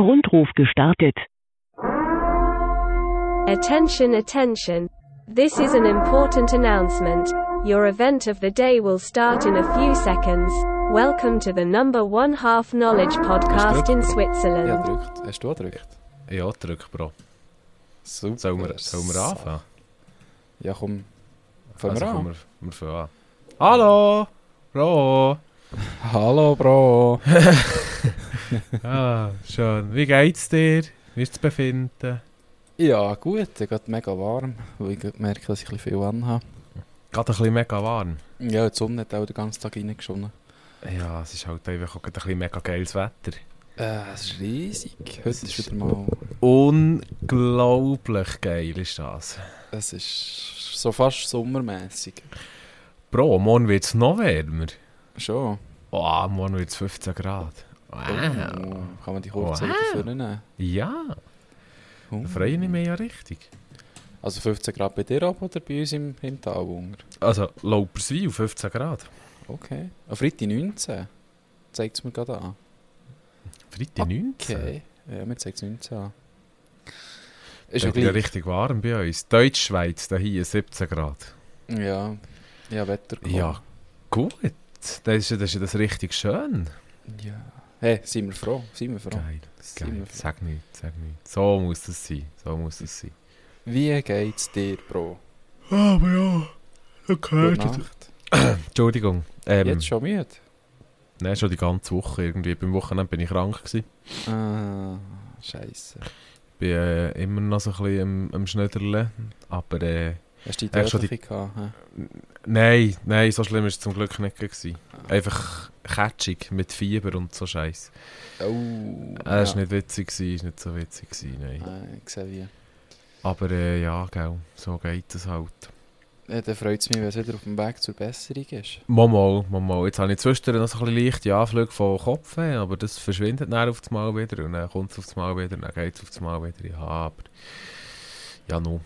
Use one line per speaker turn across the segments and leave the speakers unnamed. Rundruf gestartet.
Attention, attention. This is an important announcement. Your event of the day will start in a few seconds. Welcome to the number one half knowledge podcast in
Ja,
Switzerland.
drückt. Hast du auch gedrückt?
Ja, drück, Bro.
Super.
Sollen wir, sollen wir anfangen?
Ja, komm. Fangen
also,
wir
komm,
an.
wir, wir fangen an. Hallo! Bro!
Hallo, Bro.
Ah, schön. Wie geht's dir? Wie ist das Befinden?
Ja, gut. Ich geht mega warm, weil ich gerade merke, dass ich ein bisschen viel anhabe.
Gerade ein bisschen mega warm.
Ja, die Sonne hat auch den ganzen Tag reingeschonnen.
Ja, es ist halt einfach auch gerade ein bisschen mega geiles Wetter.
Äh, es ist riesig. Heute
Es
ist
ist-
wieder mal...
Unglaublich geil ist das.
Es ist so fast sommermäßig.
Bro, morgen wird's noch wärmer.
Schon.
Oh, morgen wird's 15 Grad. Wow.
Oh, Kann man die kurze
Wow.
wow. dafür nehmen?
Ja,
Oh.
da freue ich mich ja richtig.
Also 15 Grad bei dir ab oder bei uns im, im Tal unter?
Also, Lauperswil, 15 Grad.
Okay. Am Freitag 19. Zeigt es mir gerade an.
Freitag 19.
Okay. Ja, mir zeigt es 19 an.
Ist
Ist ja
ja
gleich.
richtig warm bei uns. Deutschschweiz, da hier 17 Grad.
Ja, ja, Wetter kommt.
Ja, gut. Das ist, ja- das ist ja das richtig schön.
ja. Hey, sind wir froh? Sind wir froh?
Geil,
Sind
geil.
wir froh.
Sag nicht, sag nicht. So muss das sein. So muss das sein.
Wie geht's dir, Bro?
Ah, Aber ja, okay.
Gute Nacht.
Entschuldigung. Ähm,
Jetzt schon müde?
Nein, schon die ganze Woche irgendwie. Beim Wochenende bin ich krank gewesen.
Ah, Scheiße.
Bin äh, immer noch so ein bisschen am, am Schnöderlen. Aber äh,
Hast du die
Echt schon
Dörfliche gehabt? hä?
nein, nein, so schlimm war es zum Glück nicht gewesen. Einfach catchig mit Fieber und so Scheiß. Äh,
Oh.
Er war nicht witzig, gewesen, ist nicht so witzig, gewesen, nein.
Nein, ich sehe wie.
Aber äh, ja, gell, so geht es halt.
Ja, dann freut es mich, wenn es wieder auf dem Weg zur Besserung ist.
Momo, Momo, jetzt habe ich zwischendurch noch so ein bisschen leichte Anflüge von Kopfweh, aber das verschwindet dann auf das Mal wieder und dann kommt es auf das Mal wieder und dann geht es auf das Mal wieder. Ja, aber ja, nun,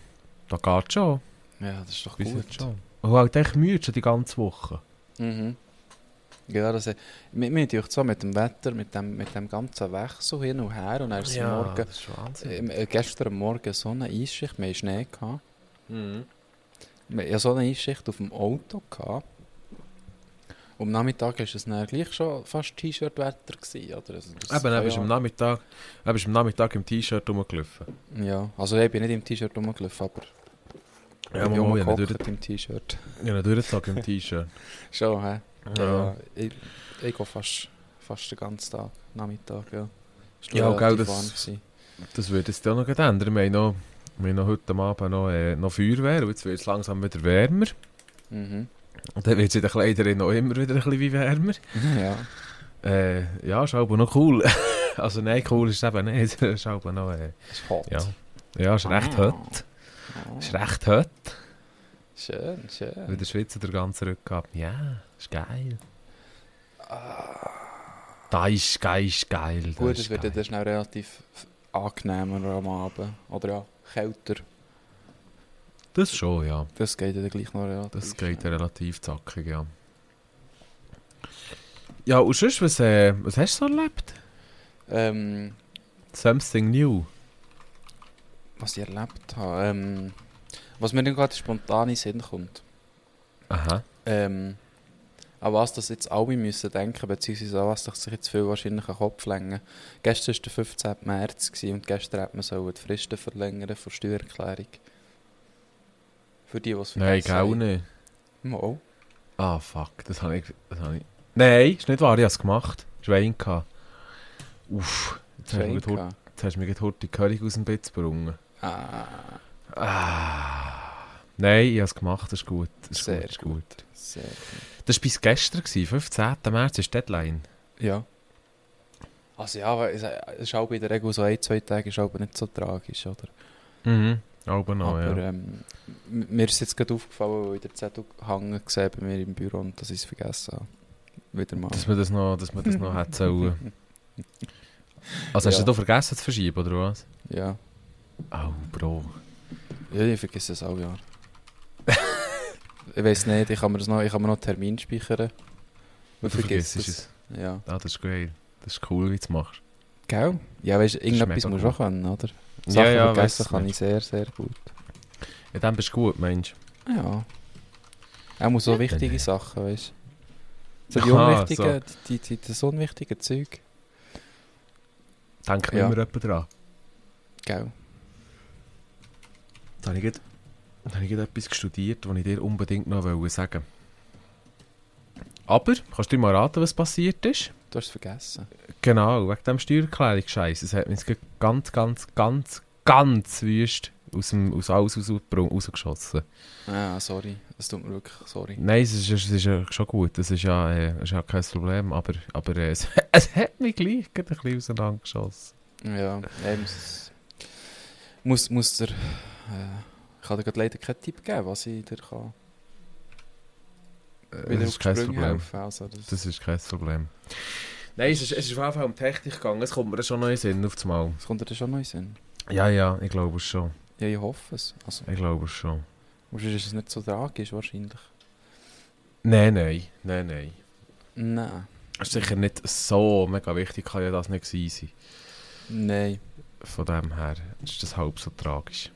da geht schon.
Ja, das ist doch
Bis jetzt
gut.
schon. Und halt echt müde schon die ganze Woche.
Mhm. Ja, eh, das ist... Wir, wir tun so mit dem Wetter, mit dem, mit dem ganzen Wechsel hin und her und dann ist es morgen...
das ist Wahnsinn.
Äh, gestern am Morgen so eine Eisschicht, wir hatten Schnee. Gehabt. Ähm,
Mhm.
Wir hatten ja so eine Eisschicht auf dem Auto. Gehabt. Und am Nachmittag war es dann gleich schon fast T-Shirt-Wetter. gewesen, Oder? Also, das
Eben,
kann
er bist
ja-
am Nachmittag, er bist am Nachmittag im T-Shirt rumgelaufen.
Ja, also ich bin nicht im T-Shirt rumgelaufen, aber
Ja,
ich bin
Momo, ich habe
rumgehockt im T-Shirt.
einen Durchzug im T-Shirt.
schon, hä?
Ja.
Ja. Ich, ich gehe fast, fast den ganzen Tag, Nachmittag, ja. Ist
Ja,
relativ
gell, das-
warm gewesen.
Das würde es dann noch gleich ändern. Wir haben, noch, wir haben noch heute am Abend noch, äh, noch Feuerwehr und jetzt wird es langsam wieder wärmer.
Mhm.
Und dann wird es in den Kleidern noch immer wieder ein bisschen wie wärmer.
Ja.
Äh, ja, ist aber noch cool. also nein, cool ist es eben nicht. ist aber noch... Äh,
Ist hot.
ja. ja, ist recht hot.
Ah,
Ist recht hot.
Schön,
Weil
schön.
der Schweizer den ganzen Rücken ab. Ja, ist geil.
Ah,
Da ist geil, ist geil. da
Gut,
ist
es wird
geil.
dann schnell relativ nou f- angenehmer am Abend. Oder ja, kälter.
Das schon, ja.
Das geht dann gleich noch relativ.
Das geht relativ zackig, ja. Ja, und sonst, was, äh, was hast du so erlebt?
Ähm,
Something new.
was ich erlebt habe. Ähm, was mir dann gerade spontan in den Sinn kommt.
Aha.
Ähm, an was das jetzt alle müssen denken, beziehungsweise an was das sich jetzt viel wahrscheinlich an den Kopf lenken. Gestern war der 15. März gewesen und gestern hat man so die Fristen verlängern von Steuererklärung. Für die, die es
Nein, ich auch nicht.
Mal.
Ah, fuck. Das habe ich, das hab ich... Nein, ist nicht wahr. Ich habe es gemacht. Schwein gehabt. Uff. Jetzt hast du
Schön
mir gerade hurt-
gehabt.
jetzt hast du mir gerade hurt die Curry aus dem Bett gebrungen.
Ah,
Nein, ich habe es gemacht. Das ist gut. Das ist
Sehr
gut. Das ist Ah. gut.
sehr gut.
Das war bis gestern, gewesen, 15. März ist die Deadline.
Ja. Also ja, aber es es ist auch bei der Regel so ein, zwei Tage ist aber nicht so tragisch, oder?
Mhm. Aber noch,
aber
ja.
ähm, m- mir ist jetzt gerade aufgefallen, weil ich den Zettel hängen gesehen bei mir im Büro und dass ich es vergessen habe. Wieder mal.
Dass man das noch, dass man das noch hätte sollen. Also hast
Ja.
du das vergessen zu verschieben, oder was?
Ja.
Oh, Bro.
Ja, ich vergesse das auch, ja. ich weiß nicht, ich kann mir das noch, ich kann mir noch Termin speichern.
Du vergisst es.
Ja,
Ah, das ist geil. Das ist cool, wie du es machst.
Gell? Ja, weißt du, irgendetwas
mega
musst du
cool.
auch können, oder?
Ja,
Sachen
ja,
vergessen
weiss
kann
nicht.
ich sehr, sehr gut.
Ja, dann bist du gut, Mensch.
Ja. Auch muss so wichtige
dann- äh,
Sachen, weißt du? So die
Aha,
unwichtigen, die, die, das unwichtige Zeug.
Denkt
Ja.
immer jemand dran.
Gell?
Da habe ich, gerade- da habe ich gerade etwas studiert, was ich dir unbedingt noch wollte sagen Aber, kannst du dir mal raten, was passiert ist?
Du hast es vergessen.
Genau, wegen dem Steuererklärungsscheiß. Das hat mich jetzt gerade ganz, ganz, ganz, ganz wüst aus, dem, aus alles rausgebrungen- rausgeschossen.
Ah, sorry. Es tut mir wirklich sorry.
Nein, es ist, es ist ja schon gut, das ist ja, äh, es ist ja kein Problem, aber, aber äh, es, es hat mich gleich gerade ein bisschen auseinandergeschossen.
Ja, eben. es- Muss, muss der. Äh, ich kann dir gerade leider keinen Tipp geben, was ich dir kann.
Äh,
wieder auf
Das
die
ist kein
Sprünge
Problem.
helfen. Also das,
Das ist kein Problem. Nein, es ist, es ist auf jeden Fall um Technik gegangen, es kommt mir schon noch in den Sinn auf das Mal.
das kommt dir dann schon noch dus in den Sinn.
Ja, ja, ich glaube es schon.
Ja, ich hoffe es. Also,
Ich glaube es schon.
wahrscheinlich ist es nicht so tragisch, wahrscheinlich.
Nein, nein, nein, nein.
Nein.
Das ist sicher nicht so mega wichtig, kann ja das nicht gewesen sein.
Nein.
Von dem her ist das halb so tragisch.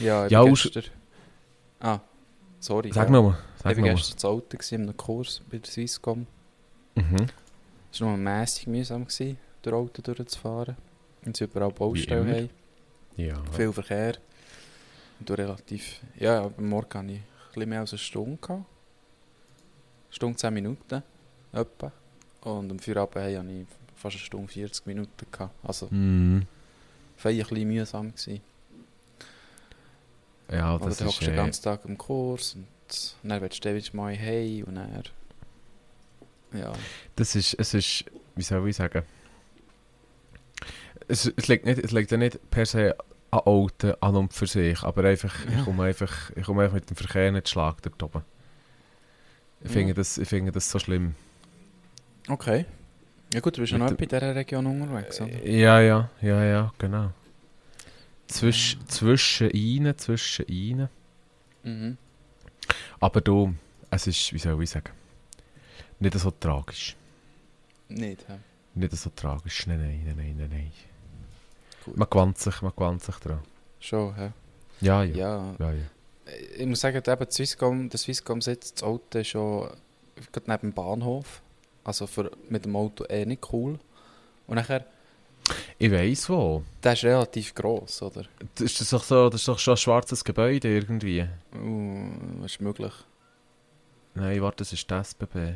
Ja, ich
Ja,
bin
aus-
gestern... Ah, sorry.
Sag
ja.
nochmal,
Ich war
sag nochmal.
gestern zu Alten gewesen, in einem Kurs bei der Swisscom.
Mhm.
Es war nur mässig mühsam, gewesen, durch Auto durchzufahren. Und sie überall Baustellen
immer.
haben.
Ja.
Viel Verkehr. Und du relativ... Ja, am Morgen hatte ich ein bisschen mehr als eine Stunde. Gehabt. Stunde 10 Minuten. Etwa. Und am Feierabend hey, hatte ich fast eine Stunde 40 Minuten. Gehabt. Also,
Mhm.
viel ein bisschen mühsam. Gewesen.
Ja,
Oder
das
du
ist...
hockst den
Äh,
ganzen Tag im Kurs und dann willst du wieder mal hey und dann... Ja,
das ist, es ist, wie soll ich sagen? Es, es, liegt nicht, es liegt ja nicht per se an Alten an und für sich, aber einfach,
Ja.
ich komme einfach, ich komme einfach mit dem Verkehr nicht schlag dort oben. Ich,
Ja.
finde das, ich finde das so schlimm.
Mhm. okay. Ja gut, du bist ja
Mit Äh,
noch
dem-
in dieser Region unterwegs, oder?
Ja, ja, ja, ja, genau. Zwisch, Zwischen ihnen, zwischen ihnen.
Mhm.
Aber du, es ist, wie soll ich sagen, nicht so tragisch.
Nicht, hä?
Nicht so tragisch, nein, nein, nein, nein, nein.
Gut.
Man gewöhnt sich, man gewöhnt sich dran.
Schon, hä?
Ja, ja.
Ja.
ja, ja.
Ich muss sagen, eben die Swisscom, der Swisscom-Sitz, das Auto ist schon gerade neben dem Bahnhof. Also für, mit dem Auto eh nicht cool. Und nachher,
Ich weiss wo.
der ist relativ gross, oder?
Das ist das doch, so, das ist doch schon ein schwarzes Gebäude irgendwie.
Uh, ist möglich.
Nein, warte, das ist die SBB.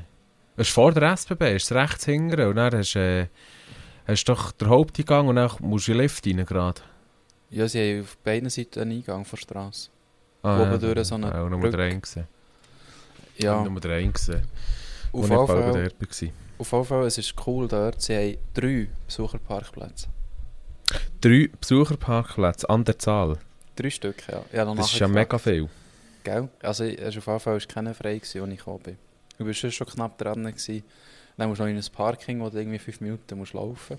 Das ist vor der SBB, ist es rechts hinten und dann hast du äh, hast du doch den Haupteingang und dann musst du in den Lift rein gerade.
Ja, sie haben auf beiden Seiten einen Eingang von der Straße.
Ah,
Oben durch so eine
Ja, Nummer
Brücke.
3 gesehen.
Ja,
Nummer 3 gesehen.
auf
Auf
jeden
jeden
Fall.
Fall. Gewesen.
Auf jeden Fall, es ist cool dort. Sie haben drei Besucherparkplätze.
Drei Besucherparkplätze an der Zahl.
Drei Stück, ja. ja
Das ist ja mega viel.
Gell? Also ich- es ist auf jeden Fall ist keiner frei, gewesen, als ich gekommen bin. Du bist sonst schon knapp dran. Gewesen. Dann musst du noch in ein Parking, wo du irgendwie fünf Minuten musst laufen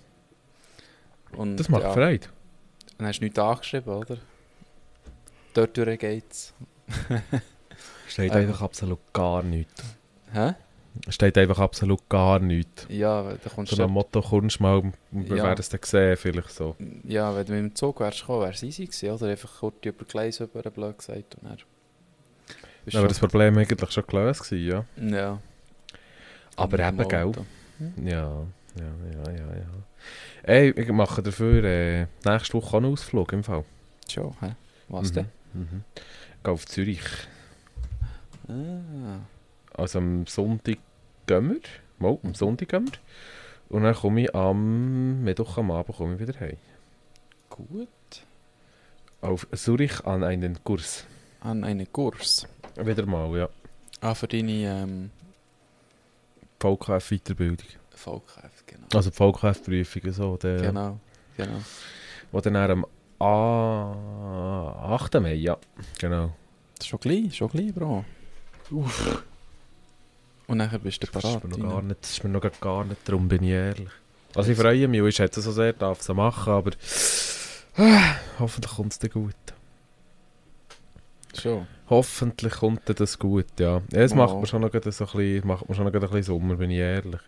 Und,
Das macht
ja,
Freude.
Dann hast du nichts angeschrieben, oder? Dort durch geht's.
Steht
Ähm.
einfach absolut gar nichts.
Hä?
Steht einfach absolut gar nichts.
Ja, weil da kommst
So ein
du...
Motto kommst du mal, wir
Ja.
werden es dann sehen, vielleicht so.
Ja, wenn du mit dem Zug wärst gekommen, wär's easy gewesen, oder? Einfach kurz über Gleis über den Blöd gesagt und dann... bist
aber
du
das Problem war eigentlich schon gelöst, gewesen, ja.
schon- Ja.
Aber
Mit dem
eben, gell?
Auto.
Ja, ja, ja, ja, ja. Ey, ich mache dafür äh, nächste Woche auch einen Ausflug im Fall.
Schon, hä? Was
Mhm,
denn?
Mhm. Geh auf Zürich.
Ah.
Also am Sonntag gehen wir. Mal, am Sonntag gehen wir. Und dann komme ich am Mittwoch am Abend komme ich wieder heim.
Gut.
Auf Zürich an einen Kurs.
An einen Ah, Kurs.
Wieder mal, ja.
Ah, für deine ähm,
VKF Weiterbildung.
VKF, genau.
Also VKF Prüfungen so. Der,
Genau, genau.
Wo dann am ah, 8. Mai, ja. Genau.
Schon gleich, schon gleich, Bro. Uff. Und nachher bist du
Das ist
parat.
mir
rein.
noch gar nicht, das ist mir noch gar- gar nicht drum, bin ich ehrlich. Also ich freue mich, und ich schätze so sehr, darf es machen, aber äh, hoffentlich kommt es dir gut.
Schon.
Hoffentlich kommt dir das gut, ja. ja es
Oh.
macht mir schon noch gerade so ein bisschen, macht mir schon noch gerade ein bisschen Sommer, bin ich ehrlich.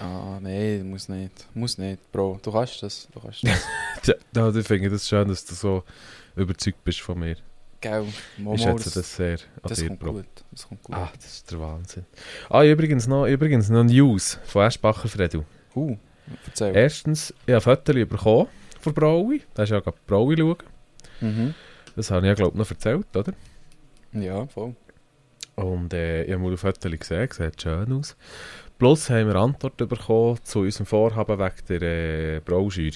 Ah, nein, muss nicht. Muss nicht, Bro. Du kannst das. Du kannst das.
Tja, da, ich finde das schön, dass du so überzeugt bist von mir.
Gell, Momo,
ich schätze das sehr an
Oh, das
dir,
kommt
Bro.
gut. Das kommt gut.
Ah, das ist der Wahnsinn. Ah, übrigens noch, übrigens noch News von Eschbacher Fredu.
Uh, erzähl.
Erstens, ich habe Fotos bekommen von Braui. Da ist ja gerade Braui schauen.
Mhm.
Das habe ich ja, glaube ich, noch erzählt, oder?
Ja, voll.
Und äh, ich habe mal auf Fotos gesehen, sieht schön aus. Plus haben wir Antwort bekommen zu unserem Vorhaben wegen der äh, Brauscheuer.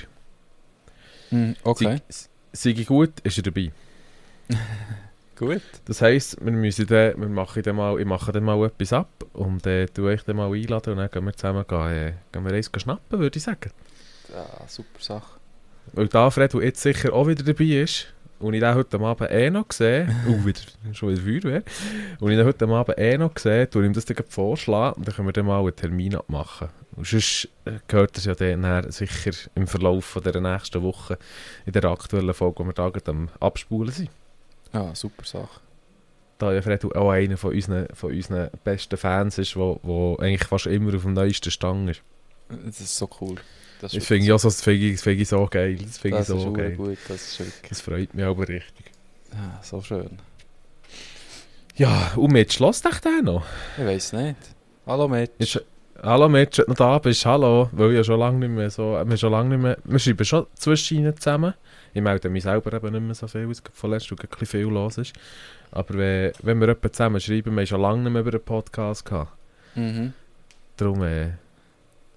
Mhm, okay.
Sei, sei gut, ist er dabei.
Gut.
Das heisst, wir, müssen dann, wir machen dann mal, ich mache dann mal etwas ab und äh, tue ich dann mal einladen und dann gehen wir zusammen gehen, äh, gehen wir eins schnappen, würde ich sagen.
Ah, super Sache.
Weil der Alfred, der jetzt sicher auch wieder dabei ist, und ich den heute Abend eh noch gesehen, uh, wieder, schon wieder Feuerwehr, und ich den heute Abend eh noch gesehen, tue ich ihm das dann gleich vorschlagen und dann können wir dann mal einen Termin abmachen. Und sonst äh, gehört es ja dann nachher sicher im Verlauf von der nächsten Woche in der aktuellen Folge, wo wir da gerade am Abspulen sind.
Ah, super Sache.
da ja Fredu auch einer von unseren, von unseren besten Fans ist, wo, wo eigentlich fast immer auf dem neuesten Stang ist.
Das ist so cool. Das
Das finde ich, auch so, das finde ich, das finde ich so geil. Das finde ich
das ist
so
wirklich
geil.
gut. Das ist wirklich
Das freut mich aber richtig.
ah, so schön.
Ja, und Mitch, lass dich den noch.
Ich weiß nicht. Hallo Mitch.
Ist, hallo Mitch, wenn du noch da bist, hallo. Weil ja schon lange nicht mehr so, wir schon lange nicht mehr, wir schreiben schon zwischen zusammen. Ich melde mich selber eben nicht mehr so viel, weil es von letzter Woche ein bisschen viel los ist. Aber wenn, wenn wir jemanden zusammen schreiben, wir haben schon lange nicht mehr über einen Podcast gehabt.
Mhm.
Darum, äh,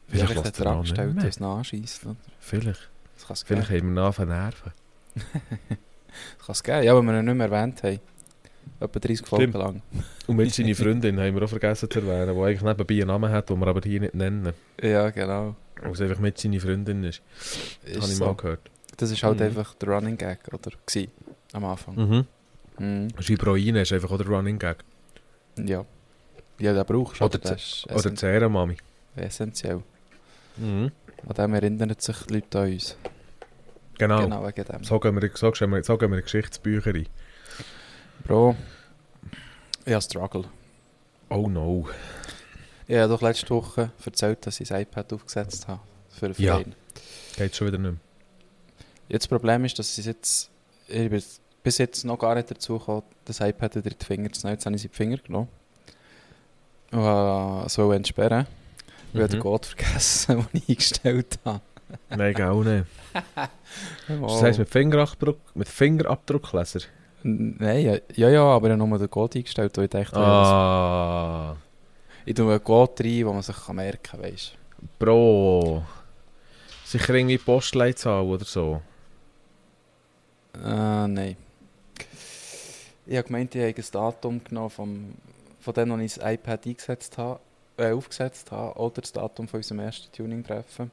vielleicht
Vielleicht hat
lässt
er
er auch nicht
angestellt,
mehr.
dass nachschießt.
vielleicht.
Das kann es
ne? Vielleicht
geben.
haben wir ihn angefangen zu nerven.
Das kann's geben. Ja, weil wir ihn nicht mehr erwähnt haben. Etwa 30 Folgen
Stimmt.
lang.
Und mit seiner Freundin haben wir auch vergessen zu erwähnen, die eigentlich nebenbei einen Namen hat, den wir aber hier nicht nennen.
Ja, genau.
Weil es einfach mit seiner Freundin ist. Das habe ich
Ist
mal
so.
gehört.
Das ist halt
Mhm.
einfach der Running Gag, oder? Gsi. Am Anfang.
Mhm.
Mhm.
Schibroine ist einfach auch der Running Gag.
Ja. Ja, den brauchst du.
Oder
aber das ist
Oder die Ehrenmami.
essentiell.
Mhm.
An dem erinnern sich die Leute an uns.
Genau.
Genau wegen dem.
So gehen wir, so gehen wir, so gehen wir in Geschichtsbücher rein.
Bro, ich habe Struggle.
Oh no.
Ich habe doch letzte Woche erzählt, dass ich das iPad aufgesetzt habe für den
Ja.
Verein.
Geht schon wieder nicht mehr.
Jetzt das Problem ist, dass ich es jetzt, ich bin bis jetzt noch gar nicht dazu gekommen, das iPad wieder in die Finger zu nehmen. Jetzt habe ich sie in die Finger genommen. Und äh, es wollte entsperren. Ich habe den
Mhm.
Code vergessen, den ich eingestellt habe.
Nein, geht auch nicht. Das heisst mit Fingerabdruck, mit Fingerabdruckleser.
Nein, ja, ja, ja, aber ich habe nur den Code eingestellt, weil ich dachte,
Ah.
ich tue einen Code rein, den man sich kann merken kann, weißt du.
Bro. Sicher irgendwie Postleitzahl oder so.
Äh, nein. Ich habe gemeint, ich habe ein Datum genommen vom, von dem, wo ich das iPad eingesetzt habe, äh, aufgesetzt habe, oder das Datum von unserem ersten Tuning-Treffen.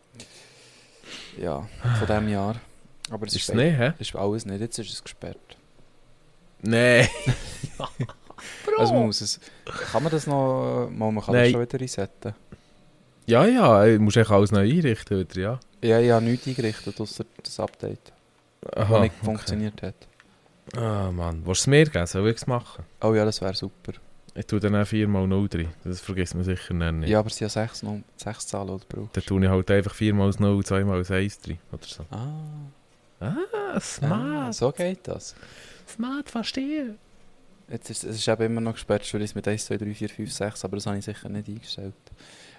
Ja, von diesem Jahr. Aber es
Ist
ist,
es nicht, hä?
ist alles nicht, jetzt ist es gesperrt.
Nein.
Also man muss es, kann man das noch, mal, man kann
Nein.
das schon wieder resetten.
Ja, ja, ey, musst echt alles neu einrichten wieder, ja.
Ja, ich habe nichts eingerichtet, außer das Update, das nicht funktioniert hat.
Ah, Mann. Willst du es mir geben? Soll ich es machen?
Oh ja, das wäre super.
Ich tue dann auch 4x0 drin. Das vergisst man sicher dann nicht.
Ja, aber sie haben sechs, Num- sechs Zahlen, oder brauchst
Dann tue ich halt einfach 4x0, 2x1 drin. Oder so.
Ah,
Ah,
ah,
smart.
so geht das.
Smart, verstehe.
Jetzt ist, es ist eben immer noch gesperrt, weil ich es mit 1, 2, 3, 4, 5, 6, aber das habe ich sicher nicht eingestellt.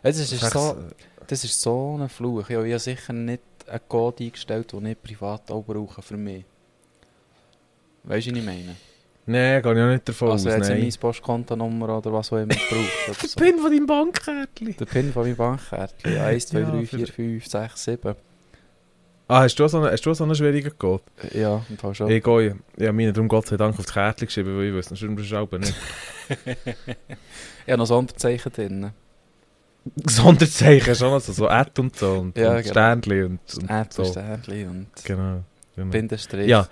Es ist, ist so, das ist so ein Fluch. Ja, ich habe sicher nicht einen Code eingestellt, den ich privat auch brauche für mich. Weißt du, was ich meine?
Nein, gehe ich auch nicht davon
also,
aus.
jetzt
Nein.
meine Postkontonummer oder was auch immer braucht. oder so.
von deinem Bankkärtchen.
Der PIN von meinem Bankkärtchen. 1, 2,
Ja,
3,
für-
4, 5, 6, 7.
Ah, hast du auch so einen, hast du auch so einen schwierigen Code?
Ja, im Fall schon.
Ich gehe, ja, meine, darum Gott sei Dank auf das Kärtchen geschrieben, weil ich wüsste, sonst wüsste ich auch nicht.
Ich habe noch Sonderzeichen drin.
Sonderzeichen, schon, also so Ad und so und,
Ja,
und
genau.
Sternchen und, und
Ein
so.
Sternchen und
Genau. genau.
Bindestrich.
Ja,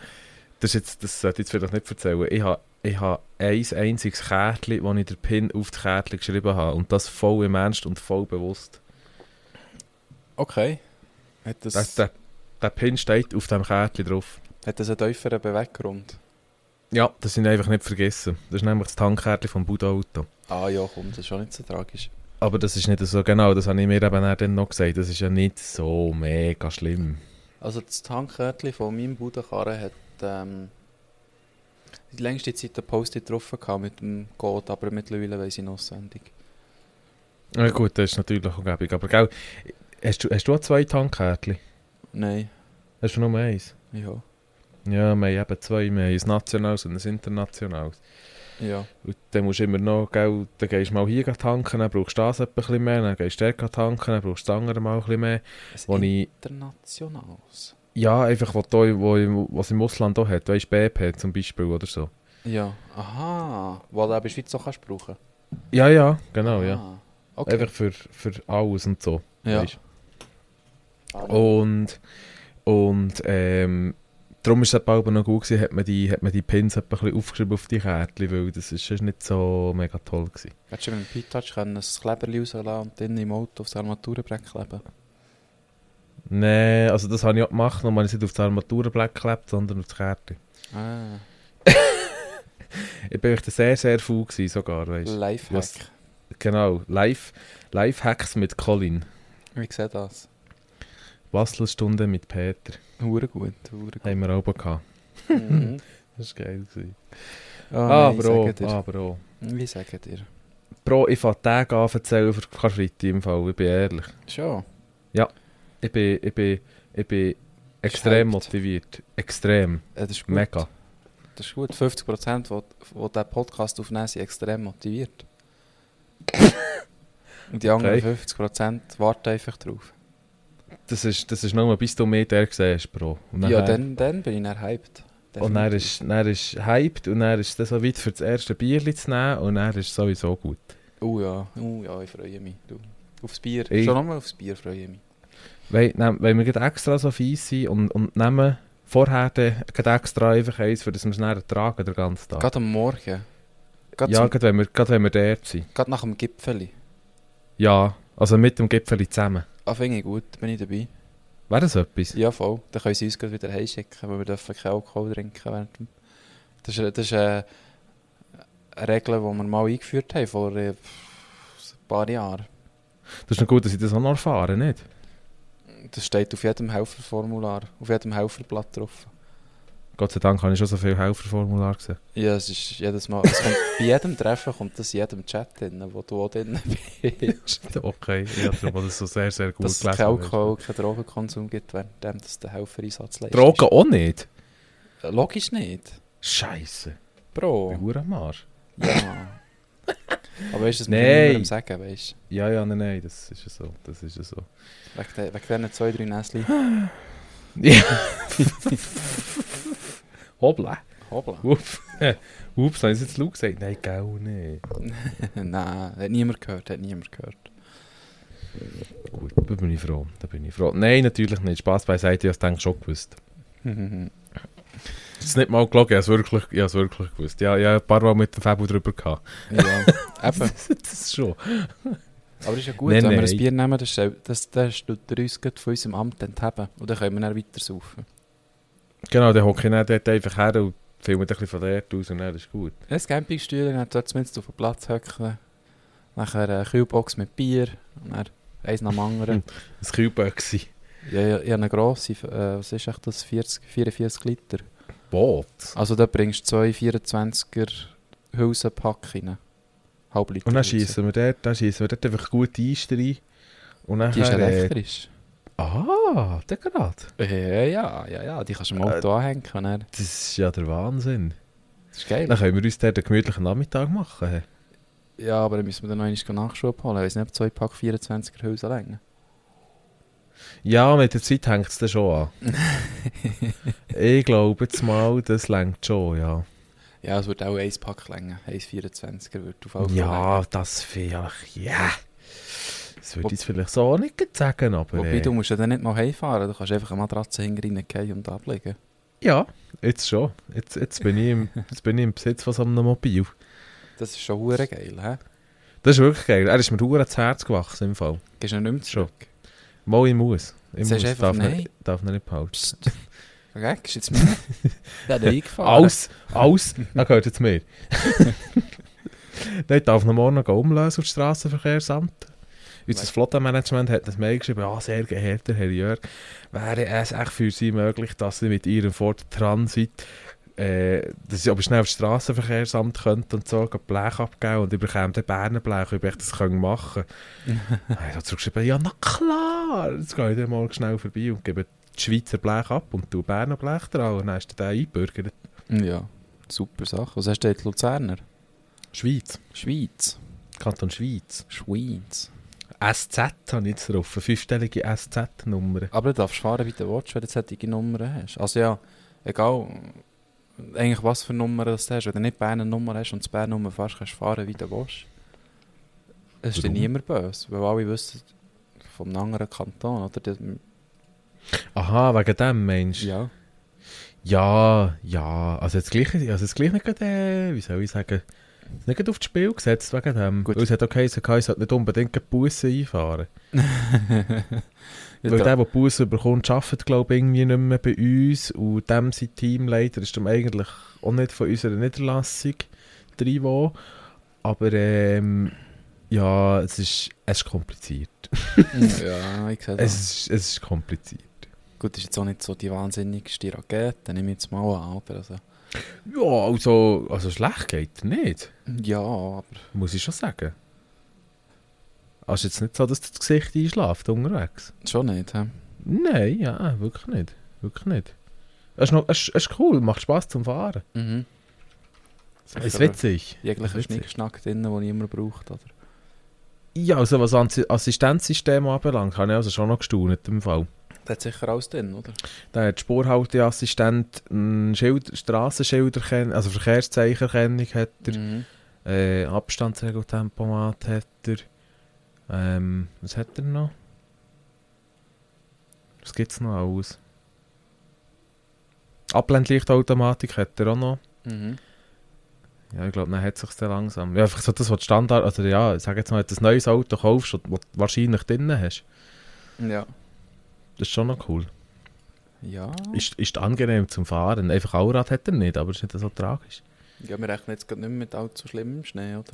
das, ist jetzt, das sollte ich jetzt vielleicht nicht erzählen. Ich habe, ich habe ein einziges Kärtchen, wo ich den Pin auf das Kärtchen geschrieben habe. Und das voll im Ernst und voll bewusst.
Okay. Hat das,
Das, der, der Pin steht auf dem Kärtchen drauf.
hat das einen tieferen Beweggrund?
Ja, das sind einfach nicht vergessen. Das ist nämlich das Tankkärtchen vom Buddha-Auto.
Ah ja, komm, das ist schon nicht so tragisch.
Aber das ist nicht so genau, das habe ich mir eben dann noch gesagt. Das ist ja nicht so mega schlimm.
Also das Tankkärtchen von meinem Budenkarren hat ähm, die längste Zeit ein Post-it drauf gehabt mit dem Code, aber mittlerweile weiss ich noch auswendig.
Ja, gut, das ist natürlich umgebig. Aber gell, hast du, hast du auch zwei Tankkärtchen?
Nein,
Hast du nur eins?
ja.
Ja, wir haben eben zwei. Wir haben ein nationales und ein internationales.
Ja,
Und dann musst du immer noch, gell, dann gehst du mal hier tanken, dann brauchst du das etwa ein bisschen mehr, dann gehst du dort tanken, dann brauchst du das andere mal ein bisschen mehr. Wo
ein
ich,
internationales.
ja, einfach, was, da, wo, was im Ausland auch hat, weißt BP zum Beispiel oder so.
Ja, aha. Wo du auch in der Schweiz auch kannst brauchen.
Ja, ja, genau, ja.
Ah, Okay.
Einfach für, für alles und so.
ja.
weisst. Und, und ähm, darum ist es etwa noch gut gewesen, hat man die, hat man die Pins etwa ein bisschen aufgeschrieben auf die Kärtchen, weil das ist sonst nicht so mega toll gewesen.
Hättest du mit dem P-Touch können ein Kleberli rauslassen und dann im Auto aufs Armaturenbrett kleben?
Nee, also das habe ich auch gemacht, nur habe ich es nicht auf das Armaturenblech geklebt, sondern auf die Kärtchen.
Ah,
Ich bin echt sehr, sehr faul gewesen sogar, weißt du.
Lifehack.
was- Genau, live, live Hacks mit Colin.
Wie sieht das?
Bastelstunde mit Peter.
Hure gut, hure gut.
Haben wir oben gehabt.
Mhm.
Das war geil. Gewesen.
Ah,
Ah,
nein, ich
Bro,
sage dir.
ah, Bro.
Wie sagt ihr?
Bro, ich fange Tage an erzählen für Karfreitag im Fall, ich bin ehrlich.
Schon.
Ich bin, ich bin, ich bin extrem
Gehypt.
motiviert. Extrem.
Ja, das ist gut.
Mega.
Das ist gut. 50% die, die diesen Podcast aufnehmen, sind extrem motiviert. Und die anderen
Okay.
50% warten einfach drauf.
Das ist, das ist nur, bis du mehr der siehst, Bro. Und
Ja,
nachher-
dann, dann bin ich dann
Oh,
hyped.
Und dann ist, dann ist hyped und dann ist das so weit für das erste Bierli zu nehmen und dann ist es sowieso gut.
Oh ja, oh ja, ich freue mich. Du. Aufs Bier.
Ich-
Schon nochmal aufs Bier freue ich mich.
Ah. Weil, nehm, weil wir gerade extra so fies sind und, und nehmen vorher dann gerade extra einfach eins, für das wir es dann tragen den ganzen Tag.
Gerade am Morgen. Gerade,
ja,
zum,
gerade wenn, wir, gerade wenn wir dort sind.
gerade nach dem Gipfeli.
Ja, also mit dem Gipfeli zusammen.
Ah, finde ich gut, bin ich dabei.
Wäre das etwas?
Ja, voll. Dann können sie uns gleich wieder heimschicken, weil wir dürfen keinen Alkohol trinken während dem- Das ist, das ist äh, eine Regel, die wir mal eingeführt haben vor äh, pff, ein paar Jahren.
Das ist noch gut, dass ich das auch noch erfahre, nicht?
Das steht auf jedem Helferformular, auf jedem Helferblatt drauf.
Gott sei Dank habe ich schon so viele Helferformulare gesehen.
Ja, es ist jedes Mal. Es kommt, bei jedem Treffen kommt das in eh, jedem Chat drin, wo du auch drin bist.
Okay, ich habe darum das so sehr, sehr gut
Dass es keinen Alkohol, keinen Drogenkonsum gibt, währenddem dass der Helfereinsatz leistet.
Drogen auch nicht?
Logisch nicht.
Scheiße,
Bro.
ich bin am Arsch.
Ja. dus Aber weißt du, das muss
Nein.
niemandem sagen, weißt
Ja, ja, nein, nein, das ist ja so, das ist ja so.
du? Wegen de- Wegen diesen zwei, drei Näsli.
Ja. Hoppla.
Hoppla.
Ups, Ups habe ich es jetzt laut gesagt? Nein, gell, nicht.
Nein, hat niemand gehört, hat niemand gehört.
Gut, da bin ich froh, da bin ich froh. Nein, natürlich nicht, Spaß beiseite, ich habe es schon gewusst. Es ist nicht mal gelogen, ich habe es wirklich, ich habe es wirklich gewusst. Ja, ich habe ein paar Mal mit dem Fabio drüber gehabt.
ja, eben.
Das ist schon.
Aber ist ja gut,
Nein,
wenn wir
nein.
ein Bier nehmen, das, ist- das, das tut er uns gleich von unserem Amt enthaben. Und dann können wir dann weiter saufen.
Genau, dann hocke ich dann dort einfach her und filme ein bisschen von dort aus und dann ist gut.
Ein Campingstuhl, dann dort zumindest auf den Platz hocken. Nachher eine Kühlbox mit Bier. Und dann eins nach dem anderen.
Das Kühlböckchen.
ja, ja, ich habe eine grosse, äh, was ist echt das, 40, 44 Liter.
Boot.
Also da bringst du zwei 24er Hülsenpack rein. Halb Liter.
Und dann
Hülsen.
schießen wir dort, dann schießen wir dort einfach gut Eis rein. Und äh, dann...
Die ist elektrisch.
ah, der gerade.
Ja, ja, ja, ja, die kannst du im Auto anhängen. Dann.
Das ist ja der Wahnsinn.
Das ist geil.
Dann können wir uns dort einen gemütlichen Nachmittag machen.
Ja, aber dann müssen wir dann noch einmal Nachschub holen. Ich weiss nicht, ob zwei Pack 24er Hülsen länger.
Ja, mit der Zeit hängt es dann schon an. ich glaube jetzt mal, das längt schon, ja.
Ja, es wird auch ein Pack länger. Ein 24er wird auf alle Fälle
Ja, das vielleicht, ja. Das würde ich jetzt vielleicht so auch nicht gerade sagen, aber...
Wobei,
äh,
du musst ja dann nicht mal heimfahren. Du kannst einfach eine Matratze hinten reingehen und ablegen.
Ja, jetzt schon. Jetzt, jetzt, bin ich im, jetzt bin ich im Besitz von so einem Mobil.
Das ist schon hure geil, hä?
Das ist wirklich geil. Er ist mir verdammt ans Herz gewachsen im Fall.
Gehst du nicht mehr zurück?
Mal, ich muss. Ich
Sagst
muss.
einfach
darf,
nein?
Nicht, darf nicht behalten.
Psst. Okay, gehst jetzt mit. Der hat eingefahren.
Alles, alles, er gehört jetzt mir. Dort darf man morgen noch umlösen auf das Strassenverkehrsamt. Unser
Nein.
Flottenmanagement hat das Mail geschrieben, ja, sehr geehrter Herr Jörg, wäre es echt für Sie möglich, dass Sie mit Ihrem Ford Transit, äh, dass Sie aber schnell auf das Strassenverkehrsamt könnten und so, gleich Blech abgeben und ich bekäme den Berner Blech, ob ich das können machen könnte. er hat zurückgeschrieben, ja, na klar, jetzt gehe ich dann morgen schnell vorbei und gebe das Schweizer Blech ab und du Berner Blech dran und dann hast du den eingebürgert.
Ja, super Sache. Was hast du dort, Luzerner?
Schweiz,
Schweiz.
Kanton Schweiz.
Schweiz.
SZ habe ich jetzt drauf, eine fünfstellige SZ-Nummer.
Aber du darfst fahren, wie du willst, wenn du solche Nummern hast. Also ja, egal äh, eigentlich was für Nummer das du hast. Wenn du nicht Berner Nummer hast und zu Bern Nummer fährst, kannst du fahren, wie du willst. Es ist dir
Warum?
niemand böse, weil alle wissen vom anderen Kanton, oder? Die-
Aha, wegen dem Mensch.
Ja.
Ja, ja. Also jetzt gleich, also jetzt gleich nicht gerade, äh, wie soll ich sagen, ist nicht gerade aufs Spiel gesetzt wegen dem.
Gut.
Weil es hat okay gesagt, ich sollte nicht unbedingt die Busse einfahren.
Ja,
Weil
da-
der, der die Busse bekommt, arbeitet glaube ich irgendwie nicht mehr bei uns und dem sein Teamleiter ist darum eigentlich auch nicht von unserer Niederlassung Trivo. Aber ähm, ja, es ist, es ist kompliziert.
ja, ich sehe
Es
das.
ist, es ist kompliziert.
Gut, ist jetzt auch nicht so die wahnsinnigste Rakete, nehme ich jetzt mal an, aber also...
Ja, also, also schlecht geht nicht.
Ja, aber...
Muss ich schon sagen. Also jetzt nicht so, dass das Gesicht einschläft unterwegs.
Schon nicht, hä?
Nein, ja, wirklich nicht. Wirklich nicht. Es ist, noch, es, ist- es ist cool, macht Spass zum Fahren.
Mhm.
Es ist witzig. Es
Jeglicher
ist witzig.
Schnickschnack drin, den niemand braucht, oder?
Ja, also was Anzi- Assistenzsystem anbelangt, habe ich also schon noch gestaunt im Fall.
Der hat sicher alles drin, oder?
Da hat Spurhalteassistent, mh, Schild, Strassenschilderkennung, also Verkehrszeichenerkennung hat er.
Mhm.
Äh, Abstandsregeltempomat hat er. Ähm, was hat er noch? Was gibt es noch alles? Abblendlichtautomatik hat er auch noch.
Mhm.
Ja, ich glaube, dann hat sich dann langsam. Ja, einfach so das, was die Standard. Also ja, sag jetzt mal, wenn du ein neues Auto kaufst, das du wahrscheinlich drinnen hast.
Ja.
Das ist schon noch cool.
Ja.
Ist, ist angenehm zum Fahren. Einfach Allrad hat er nicht, aber es ist nicht so tragisch.
Ja, wir rechnen jetzt gerade nicht mehr mit allzu schlimmem Schnee, oder?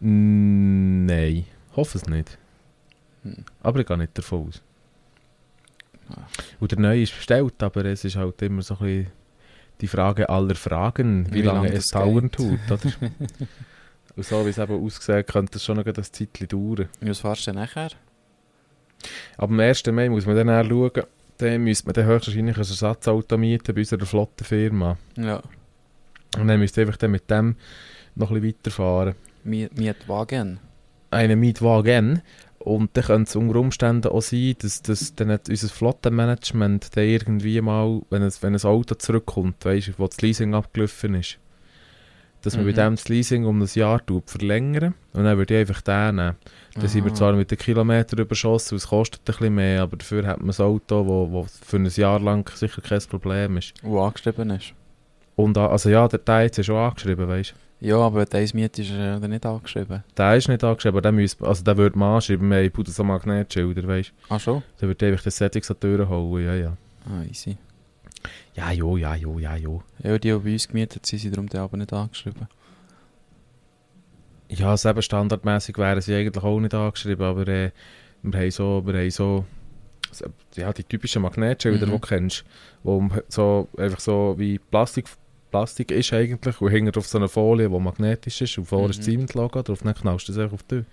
Mm, Nein, hoffe es nicht.
Hm.
Aber ich gehe nicht davon aus.
Ah.
Und der neue ist bestellt, aber es ist halt immer so ein bisschen die Frage aller Fragen, wie,
Wie
lange,
lange das
es dauern
geht.
tut. Oder? Und so wie es eben aussieht, könnte es schon noch das Zeitchen dauern.
Ja, Was fährst du denn nachher?
Aber am 1. Mai muss man dann auch schauen, dann müsste man dann höchstwahrscheinlich ein Ersatzauto mieten bei unserer Flottenfirma.
Ja.
Und dann müsste einfach dann mit dem noch ein bisschen weiterfahren.
Mi- Mietwagen.
einen Mietwagen. Und dann könnte es unter Umständen auch sein, dass, dass dann hat unser Flottenmanagement dann irgendwie mal, wenn, es, wenn ein Auto zurückkommt, weißt, wo das Leasing abgelaufen ist, dass man
Mhm.
bei dem das Leasing um ein Jahr tut verlängern und dann würde ich einfach den nehmen. Dann sind wir
Aha.
zwar mit den Kilometern überschossen, es kostet ein bisschen mehr, aber dafür hat man ein Auto, wo, wo für ein Jahr lang sicher kein Problem ist.
Wo angeschrieben ist.
Und a- also ja, der, der jetzt ist auch angeschrieben, weißt
Ja, aber wenn du eins mietest, ist er ja nicht angeschrieben.
Der ist nicht angeschrieben, aber der, müsste, also der würde man anschreiben, wir haben so Magnetschilder, weißt
Ah, schon?
Dann wird einfach das Settings an die Tür holen, ja, ja.
Ah, easy.
Ja, jo, ja, jo, ja, jo.
Ja, die, die bei uns gemietet sind, sind darum dann aber nicht angeschrieben.
Ja, selber standardmäßig wären sie eigentlich auch nicht angeschrieben, aber äh, wir haben so, wir haben so, so- ja, die typischen Magnetschilder,
Mhm.
die du kennst, wo m- so, einfach so wie Plastik, Plastik ist eigentlich und hängt auf so einer Folie, die magnetisch ist und vorne ist
Mhm.
das Zement-Logo drauf, dann knallst du das einfach auf die Tür.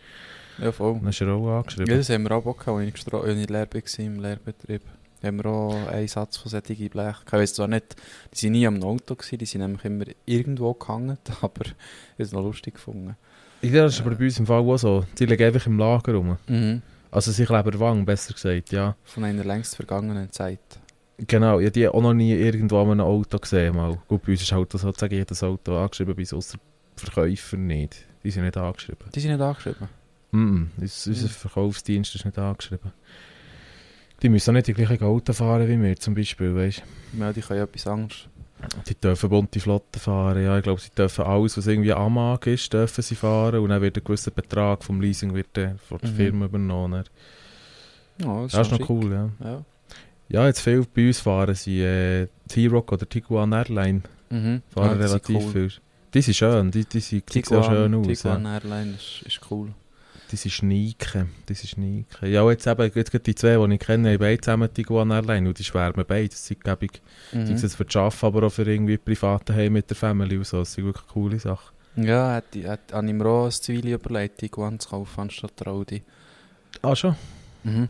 Ja, voll.
Dann ist er auch
Ja, dus-
angeschrieben.
das haben wir auch gehabt, als ich, gestra- als ich Lehrer war, im Lehrbetrieb. Haben wir auch einen Satz von solchen Blech. Ich weiss zwar nicht, die waren nie am Auto, gewesen, die sind nämlich immer irgendwo gehangen, aber ich habe es noch lustig gefunden.
Ja, das ist aber bei uns im Fall auch so. Die liegen einfach im Lager rum.
Mhm.
Also sie kleben Wang, besser gesagt, ja.
Von einer längst vergangenen Zeit.
Genau, ich habe die auch noch nie irgendwo an einem Auto gesehen. Mal. Gut, bei uns ist halt sozusagen jedes Auto angeschrieben, bis außer Verkäufer nicht. Die sind nicht angeschrieben.
Die sind nicht angeschrieben.
Mm -mm. Uns- Unser
Mhm.
Verkaufsdienst ist nicht angeschrieben. Die müssen auch nicht die gleichen Auto fahren wie wir zum Beispiel, weißt
Ja, die können ja etwas anderes.
Die dürfen bunte Flotten fahren, ja, ich glaube, sie dürfen alles, was irgendwie Anmag ist, dürfen sie fahren und dann wird ein gewisser Betrag vom Leasing wird dann von der
Mhm.
Firma übernommen.
Ja,
Das ist noch cool, ja.
Ja.
Ja, jetzt viel bei uns fahren sie äh, T-Rock oder Tiguan Airline.
Mhm.
Fahren
Ja, die sind
relativ
cool.
viel. Die sind schön, die, die, sind- die sehen schön
Tiguan,
aus.
Tiguan
Ja.
Airline ist, ist cool.
Die sind Schneike, die sind Schneike. Ja, jetzt eben, jetzt gerade die zwei, die ich kenne, haben beide zusammen Tiguan Airline und die schwärmen beide. Das sind, glaube ich, sei es
Mhm.
jetzt für die Arbeit, aber auch für irgendwie private Heim mit der Family und so. Das sind wirklich coole Sachen.
Ja, hat, hat, habe ich mir auch ein Zivili überlegt, Tiguan zu kaufen anstatt der Audi.
Ah, schon?
Mhm.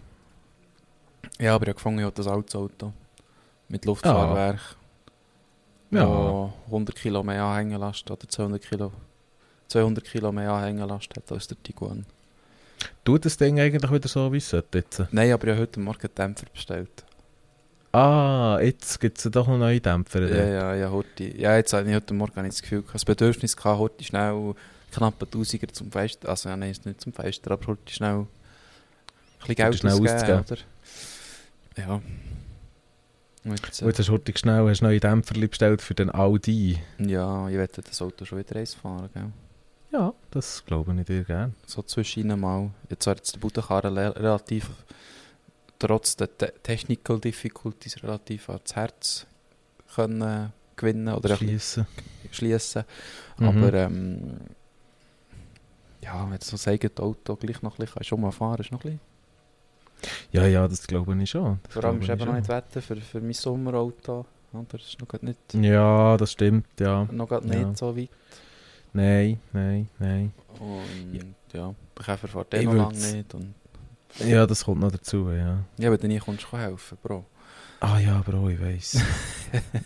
Ja, aber ich habe gefunden, ich habe das altes Auto. Mit Luftfahrwerk.
Ja.
wo 100 Kilo mehr Anhängerlast oder 200 Kilo, 200 Kilo mehr Anhängerlast hat als der Tiguan.
Tut das Ding eigentlich wieder so, wie es sollte jetzt?
Nein, aber ich habe heute Morgen einen Dämpfer bestellt.
Ah, jetzt gibt es doch noch neue Dämpfer.
Ja, ja, ja, heute, ja jetzt habe ich heute Morgen habe ich das Gefühl, gehabt, das Bedürfnis gehabt, heute schnell knapp einen Tausiger zum Feister, also ja, nein, ist nicht zum Feister, aber heute schnell ein bisschen Geld
schnell
auszugeben,
auszugeben.
oder? Ja. Und jetzt,
Und
äh,
jetzt hast du heute schnell hast neue Dämpfer bestellt für den Audi.
ja, ich werde das Auto schon wieder eins fahren, gell?
Ja, das glaube ich dir gerne.
so zwischen ihnen mal. Jetzt hat jetzt der Budenkarren le- relativ, trotz der Te Technical Difficulties, relativ ans Herz können gewinnen oder
Schliessen.
schließen.
Mhm.
Aber ähm, ja, wenn du so sagen, das Auto gleich noch ein bisschen, kannst du schon mal fahren, ist noch ein bisschen.
Ja, ja, das glaube ich schon. Das
Vor allem
glaube
ist
ich
eben noch
schon.
nicht Wetter für, für mein Sommerauto. Ja, Das ist noch grad nicht,
Ja, das stimmt, ja.
noch grad
Ja.
nicht so weit.
Nein, nein, nein.
Und ja, der Käfer fährt eh
Ich
noch lange
würd's-
nicht. Und,
Ja, das kommt noch dazu, ja.
ja, aber dann kommst du helfen, Bro.
Ah ja, Bro, ich weiß.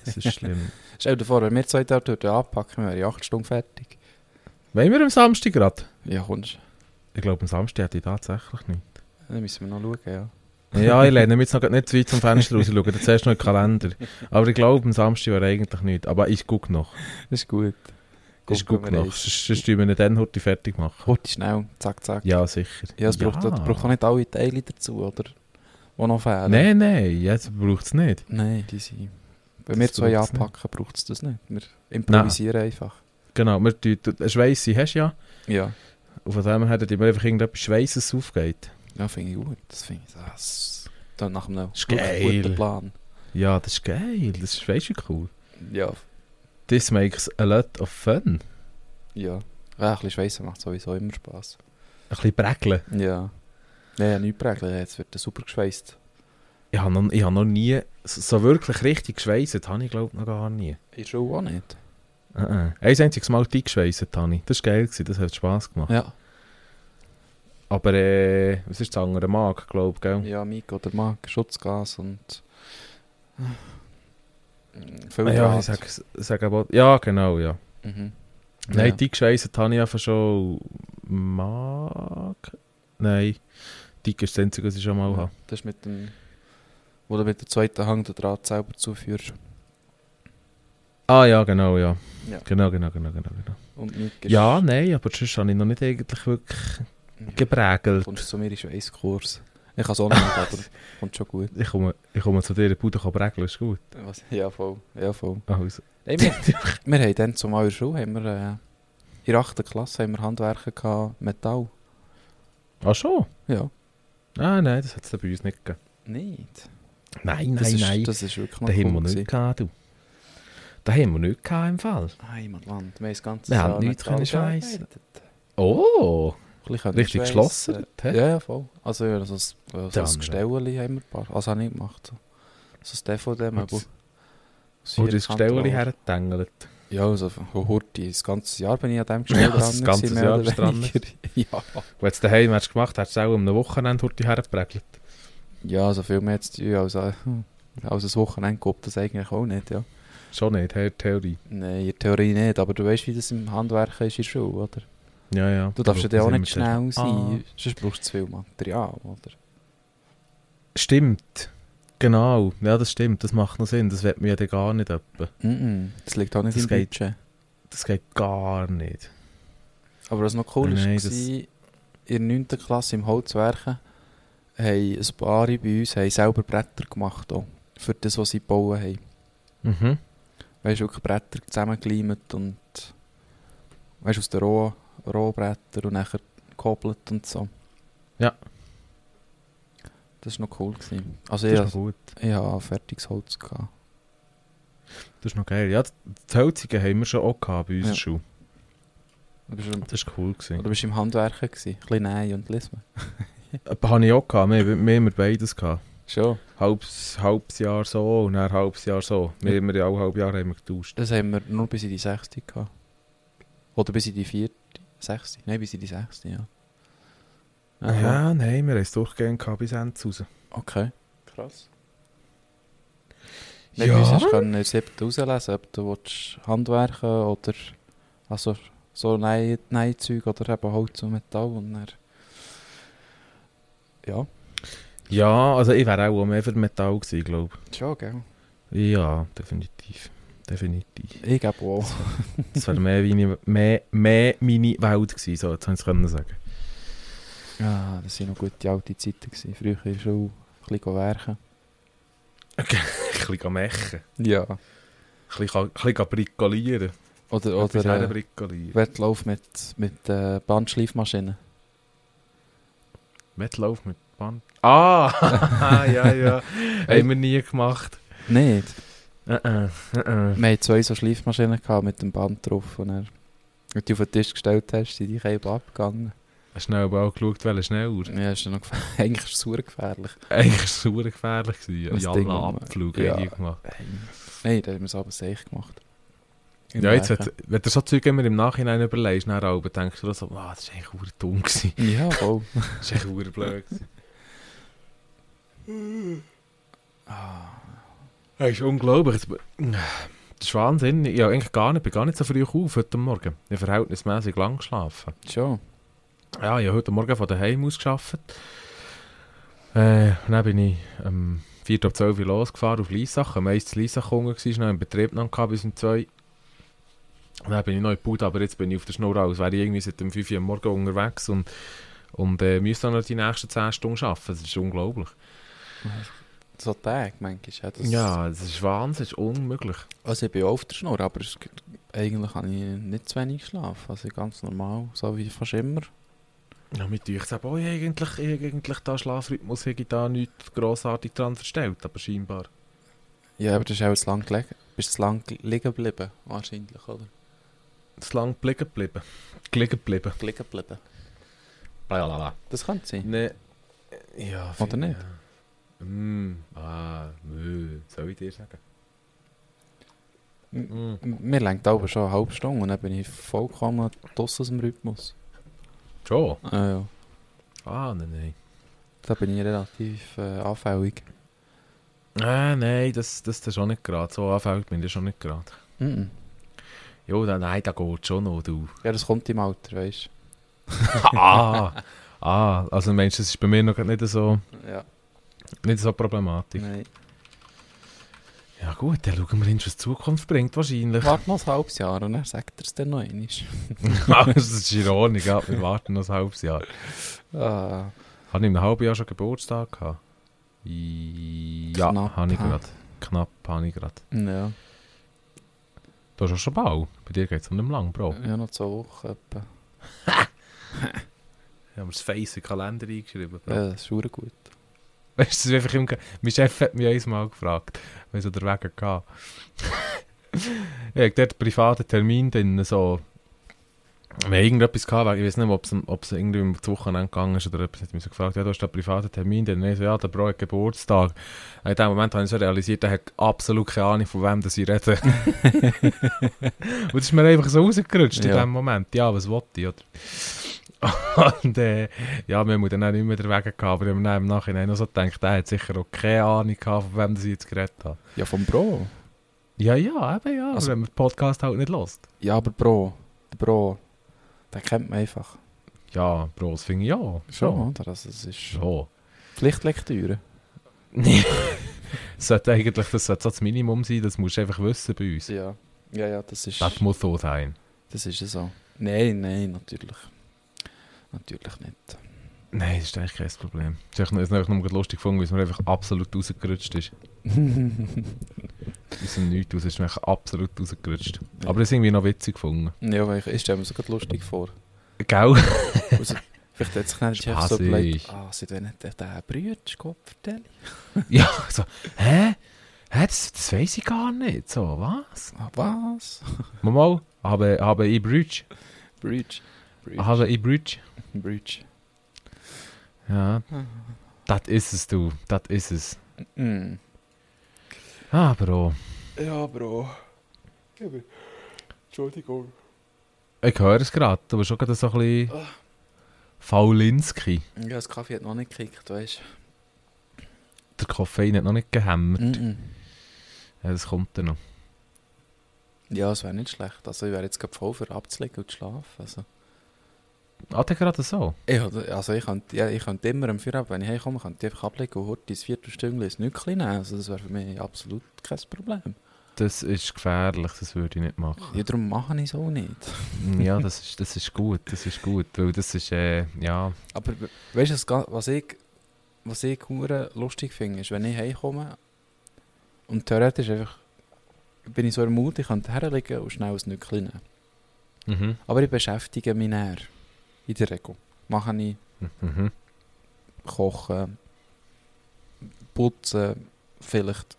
das ist schlimm.
Stell dir vor, wenn wir zwei dort würden anpacken, wäre ich 8 Stunden fertig.
Wollen wir am Samstag gerade?
Ja, kommst
Ich glaube, am Samstag hätte ich tatsächlich nicht.
Dann müssen wir noch schauen, ja.
Ja, ich lehne mich jetzt noch grad nicht zu weit zum Fenster raus. Ich schaue jetzt erst noch in den Kalender. Aber ich glaube, am Samstag wäre eigentlich nicht. Aber ich gucke noch.
Ist gut.
Ist gut
genug.
noch. Sonst sonst tun wir ihn dann heute fertig machen.
Heute schnell, zack, zack. Ja,
Ja, sicher.
es braucht, es braucht auch nicht alle Teile dazu, oder? Die noch fehlen.
Nein, nein, jetzt braucht es nicht.
Nein, die sind... Wenn
Das
wir zwei
braucht's nicht.
anpacken, braucht es das nicht. Wir improvisieren einfach.
Genau, wir tun, du- eine Schweisse hast du ja.
Ja.
Und von dem her hätten wir einfach irgendetwas Schweisses aufgeht.
Ja, finde ich gut. Das finde ich... Das... Dann nach einem
Ist
guten-
geil.
guten Plan.
Ja, das ist geil. Das ist weißt du, cool.
Ja.
This makes a lot of fun.
Ja. Ja, ein bisschen Schweissen macht sowieso immer Spass.
Ein bisschen prägeln.
Ja. Nein, nicht prägeln. Jetzt wird er super geschweißt.
Ich habe noch, ich habe noch nie so- so wirklich richtig geschweißt, habe ich glaube noch gar nie.
Ist auch nicht.
Uh -uh. Ein einziges Mal dick geschweißt habe ich. Das war geil, gewesen, das hat Spass gemacht.
Ja.
Aber äh, was ist das andere Mag, glaube ich, gell?
Ja, Miko, der Mark, Schutzgas und. Viel
Ah, Ja, ja, ich sag, sag aber, ja genau, ja.
Mhm.
Nein,
ja.
die gescheissen habe ich einfach schon mag. Nein, die ist das Einzige, was ich schon mal habe.
Das ist mit dem. Wo du mit dem zweiten Hang den Draht selber zuführst.
Ah ja, genau, ja.
Ja.
Genau, genau, genau, genau. genau.
Und Miko
Ja, nein, aber sonst habe ich noch nicht eigentlich wirklich geprägelt.
Kommst du zu mir in Schweißkurs? Ich kann es auch nicht, aber kommt schon gut.
Ich komme, ich komme zu dir, Bude kann prägeln, ist gut.
Was? Ja, voll. Ja, voll.
Also,
Nein, wir, wir haben dann zumal in der Schule, haben wir, äh, in der 8. Klasse haben wir Handwerken gehabt, Metall.
ah schon?
Ja.
Ah nein, das hat es bei uns nicht gegeben.
Nicht.
Nein,
Das
nein,
ist,
nein.
Das ist wirklich
Da haben wir
cool
nicht
gewesen.
gehabt, du. Da haben wir nicht gehabt im Fall.
Heimatland. Wir haben das ganze
Wir haben
Jahr
nichts
Metall
können schweissen.
gearbeitet.
Oh,
Bisschen
richtig
schweissen.
geschlossen. hä?
Ja, ja, voll. Also, ja, so ein, so
Dann,
ein
ja.
Gestell haben wir ein paar. Also, habe ich gemacht. So, so ein DVD-Möbel.
Und- Und das Gestell hergetangelt.
Ja, also, von Horti. Das ganze Jahr bin ich an dem Gestell
Ja, das ganze
gewesen, mehr
Jahr
oder
bist du dran.
weniger. ja.
Wenn du es daheim hättest gemacht, hättest du es auch um am Wochenende heute hergeprägelt.
ja, also viel mehr jetzt als, als ein Wochenende gibt das eigentlich auch nicht, ja.
Schon nicht, hey, Theorie.
Nein, in der Theorie nicht, aber du weißt, wie das im Handwerken ist in der Schule, oder?
Ja, ja.
Du darfst ja
Glaube,
dann auch
das Ah.
nicht
sind wir dann-
schnell sein, sonst brauchst du zu viel Material, oder?
Stimmt. Genau. Ja, das stimmt. Das macht noch Sinn. Das wird mir ja dann gar nicht öppe.
Mhm. Das liegt auch nicht
Das
im
geht-
Budget.
Das geht gar nicht.
Aber was noch cool
Nein,
ist,
das-
war, in der 9. Klasse im Holzwerken haben ein paar bei uns haben selber Bretter gemacht. Auch, für das, was sie gebaut haben.
Mhm.
Weißt du, wirklich Bretter zusammengeleimt und weißt, aus den Roh, Rohbrettern und nachher gekoppelt und so.
Ja.
Das war noch cool. Gewesen. Also,
Das
ich,
ist noch gut.
ich hatte fertiges Holz. Gehabt.
Das ist noch geil. Ja, die Hölzigen haben wir schon auch gehabt bei uns
Ja.
ja. Schule.
Du bist, im,
Das war cool. Gewesen.
du bist im Handwerken gewesen. Ein bisschen nähen und lesen.
Aber Äh, habe ich auch gehabt. Wir, wir haben beides gehabt.
Schon.
Halbes, halbes Jahr so und dann halbes Jahr so. Wir
Ja.
haben ja alle halbe Jahre haben wir getauscht.
Das haben wir nur bis in die sechste gehabt. Oder bis in die vierte, sechste. Nein, bis in die sechste, ja. Aha.
Ja, nein, wir haben es durchgehend gehabt bis Ende raus.
Okay. Krass. Nicht ja.
Ja,
hast du können in siebten rauslesen, ob du willst handwerken oder also so Nei- Neizeug oder eben Holz und Metall und dann... Ja.
ja also ich wäre auch mehr für Metall gewesen, glaube
Schon, gell?
ich. Ja, definitiv. Definitiv.
Ich glaube auch.
Das wäre mehr, meine- mehr, mehr meine Welt gewesen, so, jetzt hätte ich es sagen
Ja, das waren noch gute alte Zeiten. Gewesen. Früher in der Schule ein bisschen werken.
Ein bisschen mechen,
Ja.
ein bisschen, ein bisschen bricolieren.
Oder,
Etwas
oder äh,
herbricolieren.
Wettlauf mit, mit äh, Bandschleifmaschinen.
Wettlauf mit Band. Ah, ja, ja. haben wir nie gemacht.
Nicht?
Äh,
Uh-uh,
äh, äh, äh.
Wir hatten zwei so Schleifmaschinen gehabt mit dem Band drauf. Und dann, als du die auf den Tisch gestellt hast, sind die Kabel abgegangen.
Hast du schnell aber auch geschaut, welche schneller?
Ja, ist ja noch gefährlich. Eigentlich ist es super gefährlich.
Eigentlich war es super gefährlich. gewesen.
Das
Ja,
Ding
alle
um-
Abflug
ja.
haben die gemacht.
Nein, da haben wir es aber safe gemacht. Im
Ja, jetzt,
Werken.
wenn, wenn du so Zeug immer im Nachhinein überlegst, dann auch, denkst du dir so, ah, das war eigentlich verdammt dumm. gewesen.
Ja, voll.
Das war eigentlich verdammt blöd. gewesen. Ah. Das ist unglaublich. Das- Das ist Wahnsinn. Ich habe eigentlich gar nicht, bin gar nicht so früh auf heute Morgen. Ich habe verhältnismäßig lang geschlafen.
Schon.
Ja, ich habe heute Morgen von daheim aus gearbeitet. Äh, und dann bin ich ähm, 4 ab 12 Uhr losgefahren auf Liesach. Meist Liesach unten war, noch im Betrieb noch gehabt, bis um 2 Und dann bin ich noch in Pud, aber jetzt bin ich auf der Schnur aus. Wäre ich irgendwie seit um 5 Uhr am Morgen unterwegs und, und äh, müsste dann noch die nächsten 10 Stunden arbeiten. Das ist unglaublich.
So Tag manchmal. Ja, das
Ja, das ist Wahnsinn, das ist unmöglich.
Also ich bin auch auf der Schnur, aber es, eigentlich habe ich nicht zu wenig geschlafen. Also ganz normal, so wie fast immer.
Ja, mit euch sagt, oh, ich habe eigentlich, ich habe eigentlich da Schlafrhythmus, habe ich da nichts grossartig dran verstellt, aber scheinbar.
Ja, aber das ist auch zu lang gelegen. Bist zu lang gel- liegen geblieben, wahrscheinlich, oder?
Zu lange gelegen geblieben. Gelegen geblieben.
Liegen geblieben.
Blablabla.
Das könnte sein.
Ne. Ja,
Oder nicht?
Ja. Mm, ah, mö. Soll ich dir sagen?
Hm.
Mm.
M- Mir längt aber schon eine halbe Stunde und dann bin ich vollkommen draussen aus dem Rhythmus.
Schon?
Ja, ja.
Ah, nein, nein.
Da bin ich relativ äh, anfällig.
Ah, nein, das, das, das ist auch nicht gerade. So anfällt mir das schon nicht gerade.
Mhm.
Jo, da, nein, da geht schon noch, du.
Ja, dus das kommt im Alter, weißt
ah, ah, also meinst du, das ist bei mir noch grad nicht so,
du? Ja,
nicht so problematisch.
nein.
Ja gut, dann schauen wir hin, was die Zukunft bringt wahrscheinlich.
Warte noch ein halbes Jahr und dann sagt er es dann noch einmal.
Also, das ist ironisch, ja, wir warten noch ein halbes Jahr.
Ah,
Habe ich im halben Jahr schon Geburtstag gehabt? Ja,
Knapp,
habe ich
hä?
gerade. Knapp habe ich gerade.
ja.
Du hast auch schon bald. Bei dir geht es um dem lang, Bro.
ja, noch zwei Wochen etwa.
Ich habe mir das Face in den Kalender eingeschrieben. Bro.
Ja, das ist verdammt gut.
Weißt du, das ist einfach im Ge- Mein Chef hat mich einmal gefragt, weil es der Weg gehabt Ich hatte dort einen privaten Termin drin, so. Wir haben irgendetwas gehabt, weil ich weiß nicht, ob es, ob es irgendwie um das Wochenende gegangen ist oder etwas. Hat mich so gefragt, ja, du hast da einen privaten Termin drin. Und ich so, ja, der Bro hat Geburtstag. Und in dem Moment habe ich so realisiert, er hat absolut keine Ahnung, von wem das ich rede. Und das ist mir einfach so rausgerutscht in
Ja.
dem Moment. Ja, was wollte ich, oder? Und, äh, ja, wir haben dann auch nicht mehr den Weg gehabt, aber ich habe dann im Nachhinein noch so gedacht, er hat sicher auch keine Ahnung gehabt, von wem das ich jetzt geredet habe.
Ja, vom Bro.
Ja, ja, eben ja,
Also-
also, wenn man den Podcast halt nicht lost.
Ja, aber Bro. Der Bro. Den kennt man einfach.
Ja, Bro, das finde ich ja.
Schon, oder? Also, es ist
Schon.
Pflichtlektüre.
Das sollte eigentlich das, sollte so das Minimum sein, das musst du einfach wissen bei uns.
Ja. Ja, ja, das ist.
Das muss so sein.
Das ist ja so. Nein, nein, natürlich. Natürlich nicht.
Nein, das ist eigentlich kein Problem. Es ist eigentlich nur- es ist nur lustig gefunden, weil es mir einfach absolut rausgerutscht ist. Aus dem Nichts raus ist mir einfach absolut rausgerutscht.
Ja.
Aber das ist irgendwie noch witzig gefunden.
Ja, weil ich, ich stelle mir sogar lustig vor.
Gell?
Also, vielleicht hat sich dann der Chef so
Spassig.
überlegt, ah, seit wann hat der diesen Brüderskopf verteilt?
ja, so, hä? Hä? Hä, das, das weiß ich gar nicht. So, was?
Ah, Was?
Mal, mal habe, habe ich Brütsch.
Bridge. Bridge.
Habe ich Brütsch.
Bridge.
Ja. Das ist es, du. Das ist es.
Mm.
Ah, Bro.
Ja, Bro. Entschuldigung.
Ich höre es gerade, aber schon gerade so ein bisschen. Faulinski.
Ja, das Kaffee hat noch nicht gekickt, weißt
Der Koffein hat noch nicht gehämmert.
du. Mm
Ja, das kommt dann noch.
Ja, es wäre nicht schlecht. Also, ich wäre jetzt gerade voll für abzulegen und zu schlafen. Also,
Ah, der gerade so.
ich, also ich, könnte, ja, ich könnte immer am Feierabend, wenn ich heimkomme, könnte ich einfach ablegen und heute ein Viertelstunde ins Nückli nehmen. Also, das wäre für mich absolut kein Problem.
Das ist gefährlich, das würde ich nicht machen.
Ja, darum mache ich es auch nicht.
ja, das ist, das ist gut, das ist gut, weil das ist, äh, ja...
Aber we- weißt du, das Ga- was ich, was ich hure lustig finde, ist, wenn ich heimkomme und theoretisch einfach bin ich so ermutigt, ich könnte herlegen und schnell ein Nückchen nehmen.
Mhm,
Aber ich beschäftige mich näher. In der Regel. Mache ich
mhm.
kochen, putzen, vielleicht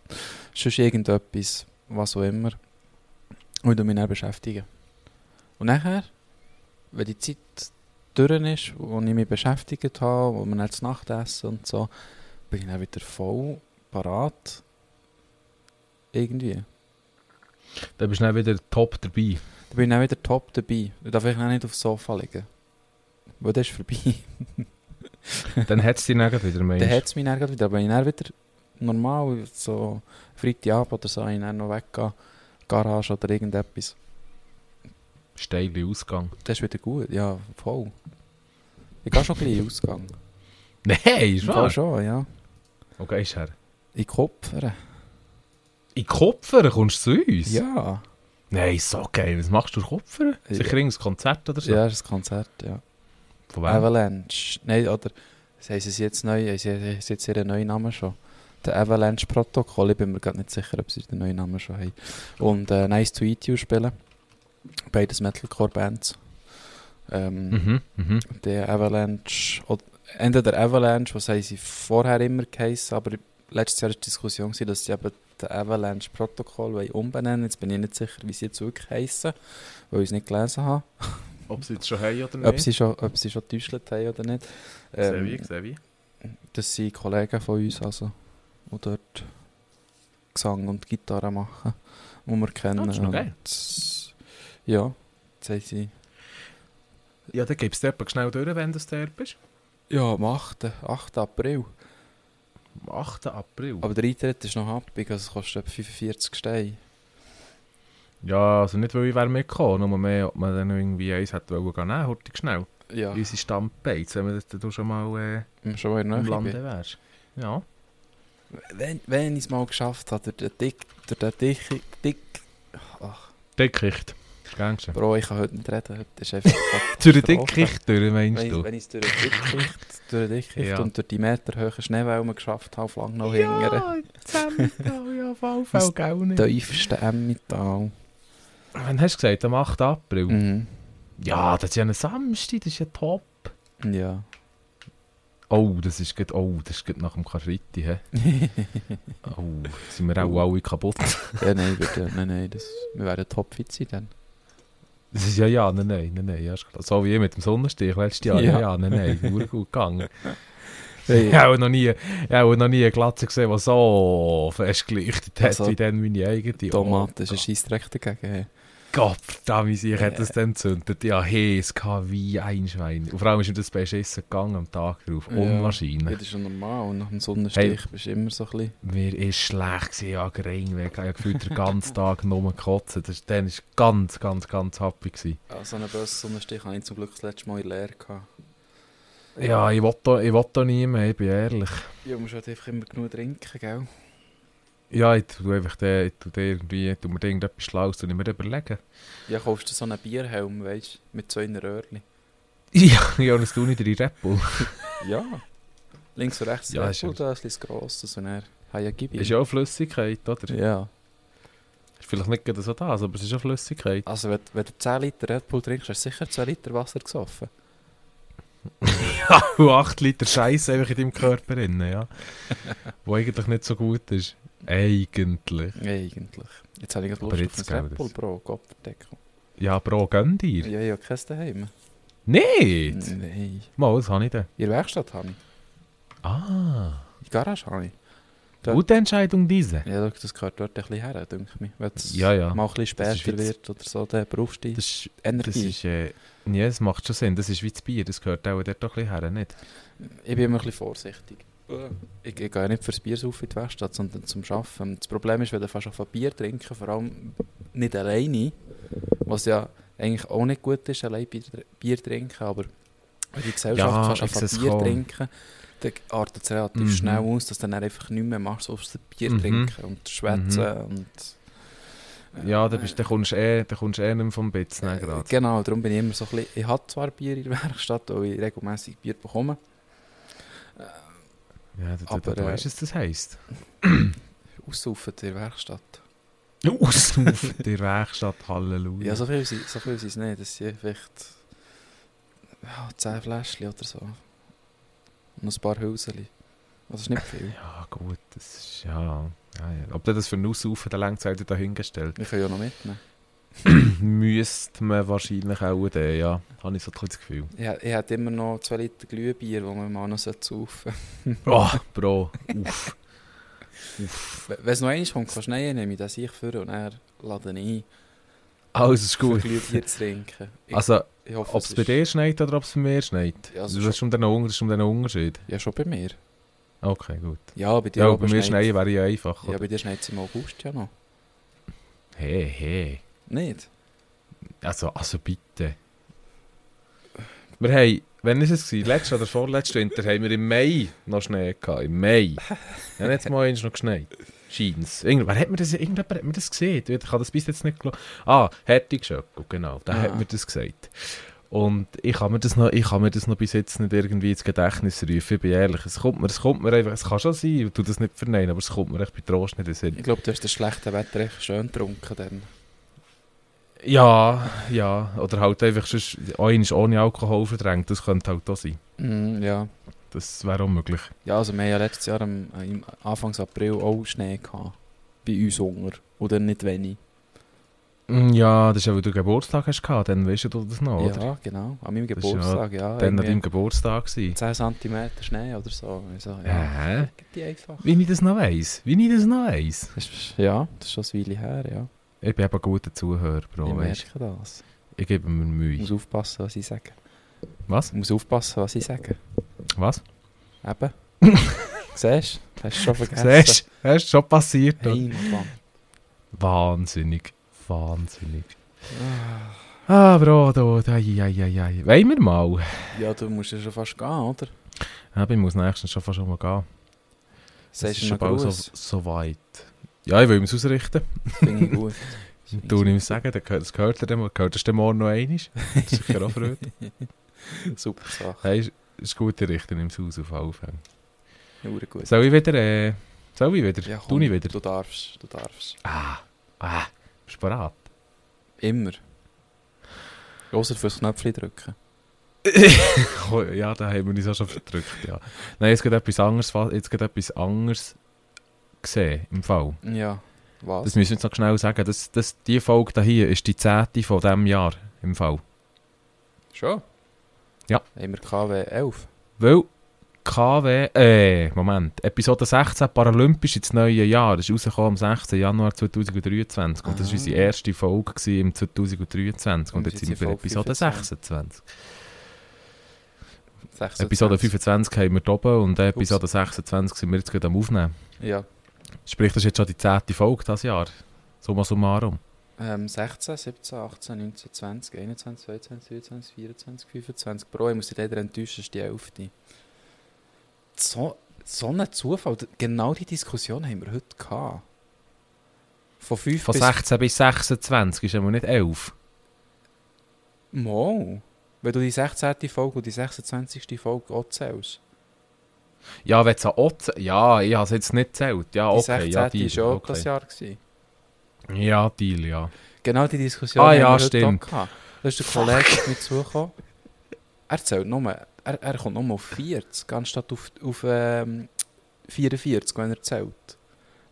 sonst irgendetwas, was auch immer. Und ich mich dann beschäftigen. Und nachher, wenn die Zeit durch ist, wo ich mich beschäftigt habe, wo wir dann zu Nacht essen und so, bin ich dann wieder voll parat. Irgendwie.
Dann bist du dann wieder top dabei.
Da bin ich dann wieder top dabei. Da darf ich dann nicht aufs Sofa liegen. Weil das ist vorbei.
Dann hättest du dich dann gleich wieder, meinst
Dann
du?
hat es mich dann gerade wieder, aber wenn ich dann wieder normal, so Freitagabend oder so, wenn ich dann noch weggehe, Garage oder irgendetwas,
Steile Ausgang.
das ist wieder gut, ja, voll. Ich gehe schon ein bisschen in den Ausgang.
Nein,
Im
ist
Fall
wahr?
schon, ja.
Okay, ist her.
In Kopfern.
In Kopfern kommst du zu uns?
Ja.
Nein, so geil. Was machst du in Kopfern?
Ja.
Sicher irgendein Konzert oder so?
Ja, Ah, das ist ein Konzert, ja.
Von wem?
Avalanche. Nein, oder, das haben sie es jetzt neu, haben sie haben sie jetzt ihren neuen Namen schon. Der Avalanche-Protokoll, ich bin mir gerade nicht sicher, ob sie den neuen Namen schon haben. Und äh, Nice to Eat You spielen. Beides Metalcore-Bands. Ähm,
Mhm, mhm.
der Avalanche, oder entweder Avalanche, was haben sie vorher immer geheißen, aber letztes Jahr war die Diskussion, gewesen, dass sie eben das Avalanche-Protokoll wollen umbenennen Jetzt bin ich nicht sicher, wie sie jetzt wirklich heissen, weil ich es nicht gelesen habe,
Ob sie jetzt schon haben oder
ob sie schon, ob sie schon getäuscht haben oder nicht. Ähm, das sind Kollegen von uns, also, die dort Gesang und Gitarre machen, die wir kennen.
Ah, das ist noch geil.
Und, ja, jetzt haben sie
Ja, dann gibst du dir schnell durch, wenn du der bist.
ja, am 8. 8. April.
Am 8. April.
Aber der Eintritt ist noch happig, also es kostet etwa 45 Steine.
Ja, also nicht, weil ich wäre mitgekommen, nur mehr, ob man dann irgendwie eins hätte wollen gehen nehmen, hurtig schnell.
Ja,
In Unsere Stammbeiz, wenn man das dann schon mal
wenn schon mal in
äh,
der
im
Nähe
Lande
bin.
wärst. Ja.
Wenn, wenn ich es mal geschafft habe, durch den Dick, durch den Dick, Dick, ach,
Dickicht. Gängste.
Bro, ich kann heute nicht reden, heute ist einfach fucking
Durch die
Katastrophe.
Dickicht durch, meinst
Wenn,
du?
wenn ich es durch den Dicklicht, durch den Dicklicht
Ja.
und durch die meterhohen Schneewellen geschafft habe, auf Langnau hingere,
Ja, Zemmital, oh ja, Vollfell,
Das
gell nicht.
tiefste Emmental.
Wann hast du gesagt? Am 8. April?
Mhm.
Ja, das ist ja ein Samstag, das ist ja top.
Ja.
Oh, das ist gut, oh, das ist gut nach dem Karfreitag, hä? Oh, sind wir auch alle kaputt.
ja, nein, bitte, nein, nein, das, wir werden topfit sein dann.
Das ist ja, ja, nein, nein, nein, nein. Ja, ist klar. So wie ich mit dem Sonnenstich letztes Jahr. Ja,
Ja.
ja nein, nein, nur gut gegangen.
Hey.
Ich habe noch nie, ich habe noch nie eine Glatze gesehen, die so fest gelichtet hat
Also,
wie dann meine eigene.
Tomat ist ein
Oh,
Scheissdreck dagegen. Hey.
Gott, verdammt, ich
Äh.
hätte das dann gezündet. Ja, hey, es kam wie ein Schwein. Und vor allem ist mir das beschissen gegangen am Tag drauf.
Ja. Ja,
Unwahrscheinlich.
das ist ja normal. Und nach dem Sonnenstich bist du immer so ein bisschen.
Mir ist schlecht gewesen, ja, gering. Ich habe gefühlt den ganzen Tag nur gekotzt. Das ist- Dann war ganz, ganz, ganz happy. Gewesen.
Ja, so einen bösen Sonnenstich hatte ich zum Glück das letzte Mal in der Lehre. Gehabt.
Ja, ich will da- ich will da nie mehr, ich bin ehrlich.
Ja, du musst halt einfach immer genug trinken, gell?
Ja, ich tue einfach den, ich tue dir irgendwie, ich tue mir irgendetwas Schlaues und ich mir überlegen.
Ja, kaufst du so einen Bierhelm, weißt du, mit so einer Röhrli.
Ja, ja, das tue ich dir in Red Bull.
Ja. Links und rechts
Ja,
ja,
ist ja-
Apple, da ist ein grosses und er hat ja gib ihm.
Ist ja auch Flüssigkeit, oder?
Ja.
Ist vielleicht nicht gerade so das, aber es ist auch Flüssigkeit.
Also, wenn, wenn du 10 Liter Red Bull trinkst, hast du sicher 2 Liter Wasser gesoffen.
Und 8 Liter Scheiße einfach in deinem Körper drin, ja. Wo eigentlich nicht so gut ist. Eigentlich.
Eigentlich. Jetzt habe ich gerade
Aber
Lust
jetzt
auf ein
geht
Apple
es.
Pro Kopfdeckel.
Ja, Bro, gönn dir.
Ja, ja, kein daheim.
Nicht!
Nein.
Mal, was habe ich denn?
In der Werkstatt habe ich.
Ah,
In der Garage habe ich. Ja.
gute Entscheidung diese.
Ja, schau, das gehört dort ein bisschen her, denke ich mir. Wenn es
Ja, ja.
mal ein bisschen
Das ist
später
jetzt-
wird oder so, dann brauchst du die
Das ist, das
Energie.
ist, äh, ja, das macht schon Sinn. Das ist wie das Bier, das gehört auch dort doch ein bisschen her, nicht?
Ich bin immer ein bisschen vorsichtig. Ich, ich gehe nicht fürs Bier auf in die Werkstatt, sondern zum Arbeiten. Das Problem ist, wenn du fast auf Bier trinken, vor allem nicht alleine, was ja eigentlich auch nicht gut ist, allein Bier, Bier trinken, aber wenn die
Ja,
Gesellschaft fast
ich sehe
auf
es
Bier
kommen.
trinken, dann artet es relativ
Mhm.
schnell aus, dass du dann einfach nicht mehr machst, als das Bier
Mhm.
trinken und schwätzen und... äh,
Ja, da, bist, da kommst du eh, da kommst du eh nicht mehr vom Bitz.
Äh,
ne, gerade.
Genau, darum bin ich immer so ein bisschen... Ich habe zwar Bier in der Werkstatt, weil ich regelmässig Bier bekomme.
Ja, du, du,
aber,
du, du
äh,
weißt, was das heisst.
Aussaufen in der Werkstatt.
Auslaufen der Werkstatt, Halleluja.
Ja, so viel sind so viel sind's nicht. Das sind vielleicht ja, 10 Fläschchen oder so. Und ein paar Hülsen. Das ist nicht viel.
ja, gut, das ist, ja... Ja, ja. Ob du das für einen Aussaufen der Längszeit dahingestellt
Wir können ja noch mitnehmen.
müsste man wahrscheinlich auch den, ja. Habe ich so ein bisschen das Gefühl.
Ich, hä- ich hätte immer noch 2 Liter Glühbier, die man mal noch saufen
Oh, Bro, uff. uff.
sollte. Wenn es noch eins kommt, kannst du nehmen, nehme ich das ich für und dann lade ich ein,
Alles ist
für
gut.
Glühbier zu trinken. Ich,
Also,
ich hoffe,
ob es bei dir schneit oder ob es bei mir schneit,
Ja,
ja,
es
das
ist
ist um den Un- das ist um den Unterschied.
Ja, schon bei mir.
Okay, gut.
Ja, bei dir
Ja,
oben
bei mir
schneit-
schneien wäre ja einfach.
Ja, bei dir schneit es im August ja noch.
Hey, hey.
Nicht?
Also, also bitte. Wir haben, wenn ist es gewesen? Letztes oder vorletztes Winter haben wir im Mai noch Schnee gehabt. Im Mai. Ja, jetzt mal eins noch geschneit. Scheins. Irgendwer hat mir das, irgendjemand hat mir das gesehen. Ich kann das bis jetzt nicht glauben. Ah, Hertig Schöckel, genau. Der
Ah.
hat mir das gesagt. Und ich kann mir das noch, ich kann mir das noch bis jetzt nicht irgendwie ins Gedächtnis rufen. Ich bin ehrlich. Es kommt mir, es kommt mir einfach, es kann schon sein, ich tu das nicht verneinen, aber es kommt mir echt bei Trost nicht in den Sinn.
Ich glaube, du hast das schlechte Wetter echt schön getrunken dann.
Ja, ja. Oder halt einfach sonst, einen ist ohne Alkohol verdrängt. Das könnte halt auch sein.
Mhm, ja.
Das wäre unmöglich.
Ja, also wir haben ja letztes Jahr am, äh, im Anfangs April auch Schnee gehabt. Bei uns unter. Oder nicht wenig.
Mm, Ja, das ist ja, weil du Geburtstag hast gehabt. Dann weißt du das noch, oder?
Ja, genau. An meinem
Das ist ja
Geburtstag, ja.
Dann an deinem
irgendwie
Geburtstag gewesen.
10 cm Schnee oder so. Also, ja.
Hä?
Die einfach.
Wie ich das noch weiss. Wie ich das noch weiss.
Das ist, ja, das ist schon eine Weile her, ja.
Ich bin eben ein guter Zuhörer, Bro.
ich
weisst
merke das.
du. Ich gebe mir
Ich
Mühe.
muss aufpassen, was ich sage.
Was?
Ich muss aufpassen, was ich sage.
Was?
Eben. Siehst du? Hast du schon vergessen.
Siehst du? Das ist schon passiert.
Hey,
oder?
Mann, Mann.
Wahnsinnig. Wahnsinnig. Ah, Bro, da, da, ja, ja, ja. Wollen wir mal?
Ja, du musst ja schon fast gehen, oder?
Aber ich muss nächstens schon fast mal gehen.
Sagst du
schon
noch
bald so,
Gruß?
so weit. Ja, ich will ihm ausrichten.
Finde ich gut.
Du ihm sagen, dann gehört, das gehört er dann mal. Gehört er dann morgen noch einmal? Das ist sicher auch Freude.
Super Sache.
Hey, ist, ist gut, ich richte ihm das Haus auf Aufhängen.
Hure gut.
Soll ich wieder, äh, soll ich wieder?
Ja,
tu
komm,
ich wieder.
Du darfst, du darfst.
Ah, ah, bist du bereit?
Immer. Außer fürs Knöpfchen drücken.
Oh, Ja, da haben wir uns auch schon verdrückt, ja. Nein, jetzt geht etwas anderes, fa- jetzt geht etwas anderes gesehen, im Fall.
Ja. Was?
Das müssen wir jetzt noch schnell sagen. Das, das, die Folge da hier ist die zehnte von diesem Jahr, im Fall.
Schon?
Ja.
Haben wir KW 11?
Weil KW, äh, Moment, Episode 16 Paralympisch ins neue Jahr ist rausgekommen am 16. Januar 2023 und
Ah.
das war unsere erste Folge gewesen im 2023
Und
und
wir
jetzt
sind
sind wir bei
Folge
Episode 26.
26.
Episode 25 haben wir da oben und Episode 26 sind wir jetzt gerade am Aufnehmen.
Ja.
Sprich, das ist jetzt schon die 10. Folge dieses Jahr. Summa summarum.
Ähm, 16, 17, 18, 19, 20, 21, 22, 23, 24, 25. Bro, ich muss dich leider enttäuschen, das ist die 11. So, so ein Zufall. Genau die Diskussion haben wir heute gehabt. Von 5
Von
bis...
16 bis 26 ist aber nicht 11.
Mal. Wenn du die 16. Folge und die 26. Folge auch zählst.
Ja, wenn es auch... Ja, ich habe es jetzt nicht gezählt.
Die
Ja, Ah, okay.
16.
ja,
war
Deal,
schon
okay.
das Jahr. Gewesen.
Ja, Deal, ja.
Genau nou die Diskussion
Ah, ja,
heute
stimmt.
auch gehabt. Da ist der Kollege auf mich zugekommen. Er zählt nur, er, er kommt ehm, nur auf 40, anstatt auf, auf ähm, 44, wenn er zählt.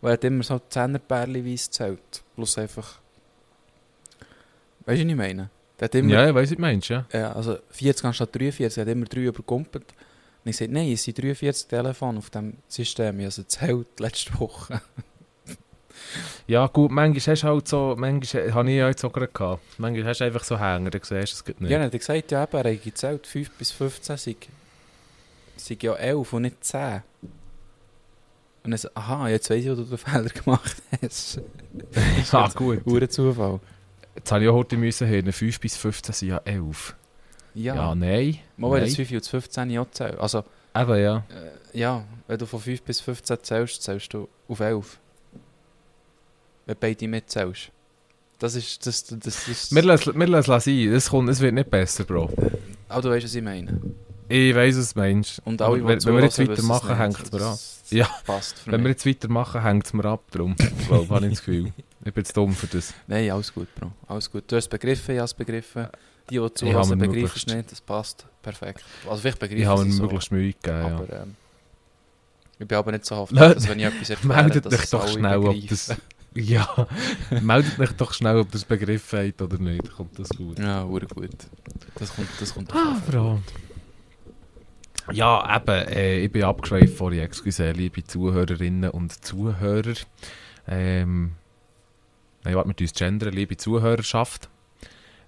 Und er hat immer so Zehnerpärchenweise gezählt. Plus einfach... Weißt du, was ich meine? Der hat immer...
Ja, ich weiss, was du meinst, ja.
Ja, also 40 anstatt 43, er hat immer 3 übergumpelt. Und ich sagte, nein, es sind 43 Telefone auf dem System, ich habe sie gezählt letzte Woche.
Ja, gut, manchmal hast du halt so, manchmal habe ich ja jetzt auch gerade gehabt. Manchmal hast du einfach so Hänger, dann siehst du es gerade nicht.
Ja, dann hat er gesagt, ja eben, er hat gezählt, 5 bis 15 sind, sind ja 11 und nicht 10. Und dann so, aha, jetzt weiss ich, wo du den Fehler gemacht hast.
ah, gut.
Hure Zufall.
Jetzt habe ich auch heute müssen hören, 5 bis 15 sind ja 11. Ja,
Ja,
nein.
mal wenn
nein.
das 5 und das 15 auch zählt. Also,
Eben, ja.
äh, ja, wenn du von 5 bis 15 zählst, zählst du auf 11. Wenn beide mitzählst. Das ist, das, das, das ist...
Wir lassen, wir lassen es sein, es, kommt, es wird nicht besser, Bro.
Aber ah, du weißt, was ich meine.
Ich weiss, was du meinst.
Und alle, die
wenn, wenn wir jetzt
zuhören, wissen es
weitermachen,
nicht.
hängt es mir an.
Das
Ja.
Passt für
Wenn wir
mich.
jetzt weitermachen, hängt es mir ab. Darum, ich glaube, habe ich das Gefühl. Ich bin zu dumm für das.
Nein, alles gut, Bro. Alles gut. Du hast es begriffen, ich habe es begriffen. Die, die
habe mir
zuhören, begreifen es
möglichst-
nicht. Das passt perfekt. Also vielleicht begreifen
Ich habe
sie
mir
es so,
möglichst Mühe gegeben. Ja.
aber, ähm, Ich bin aber nicht so hoffnung,
Leute,
dass wenn ich etwas erkläre,
Meldet
dass
euch
es
doch
alle
schnell, ob
begreifen.
das. Ja, meldet euch doch schnell, ob das Begriff hat oder nicht. Kommt das gut?
Ja, hure gut. Das kommt, das kommt
Ah,
davon.
Frau. Ja, eben, äh, ich bin abgeschweift vorhin, excuse, liebe Zuhörerinnen und Zuhörer. Ähm, nein, warte, mit uns gendern, liebe Zuhörerschaft.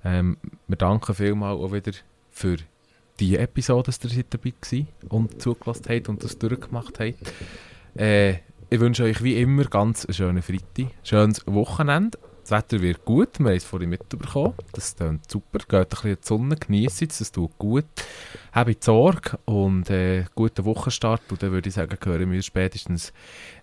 Ähm, wir danken vielmals auch wieder für die Episode, dass ihr seid dabei gewesen und zugelassen habt und das durchgemacht habt. Äh, ich wünsche euch wie immer ganz einen schönen Freitag, schönes Wochenende. Das Wetter wird gut, wir haben es vorhin mitbekommen. Das klingt super. Geht ein bisschen in die Sonne, genießt es, das tut gut. Habt Sorge und äh, guten Wochenstart. Und dann würde ich sagen, hören wir uns spätestens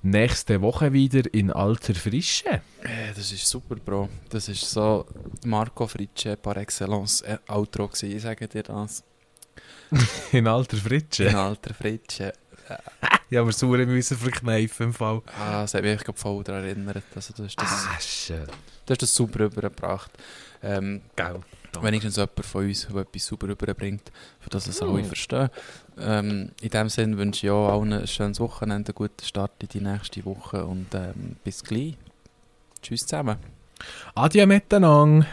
nächste Woche wieder in alter Frische.
Äh, Das ist super, Bro. Das ist so Marco Fritsche par excellence äh, Outro gewesen. Ich sage dir das.
In alter Fritsche?
Ein alter Fritsche.
Ja, wir sauren müssen verkneifen im Fall.
Ah, das hat mich gerade voll daran erinnert. Also, das ist das...
Ah. schön.
Du hast das dus super rübergebracht. Ähm,
Geil. Danke.
wenigstens jemand von uns, der etwas super rüberbringt, für das es alle verstehen. Ähm, in dem Sinne wünsche ich auch allen ein schönes Wochenende, einen guten Start in die nächste Woche und ähm, bis gleich. Tschüss zusammen.
Adieu miteinander.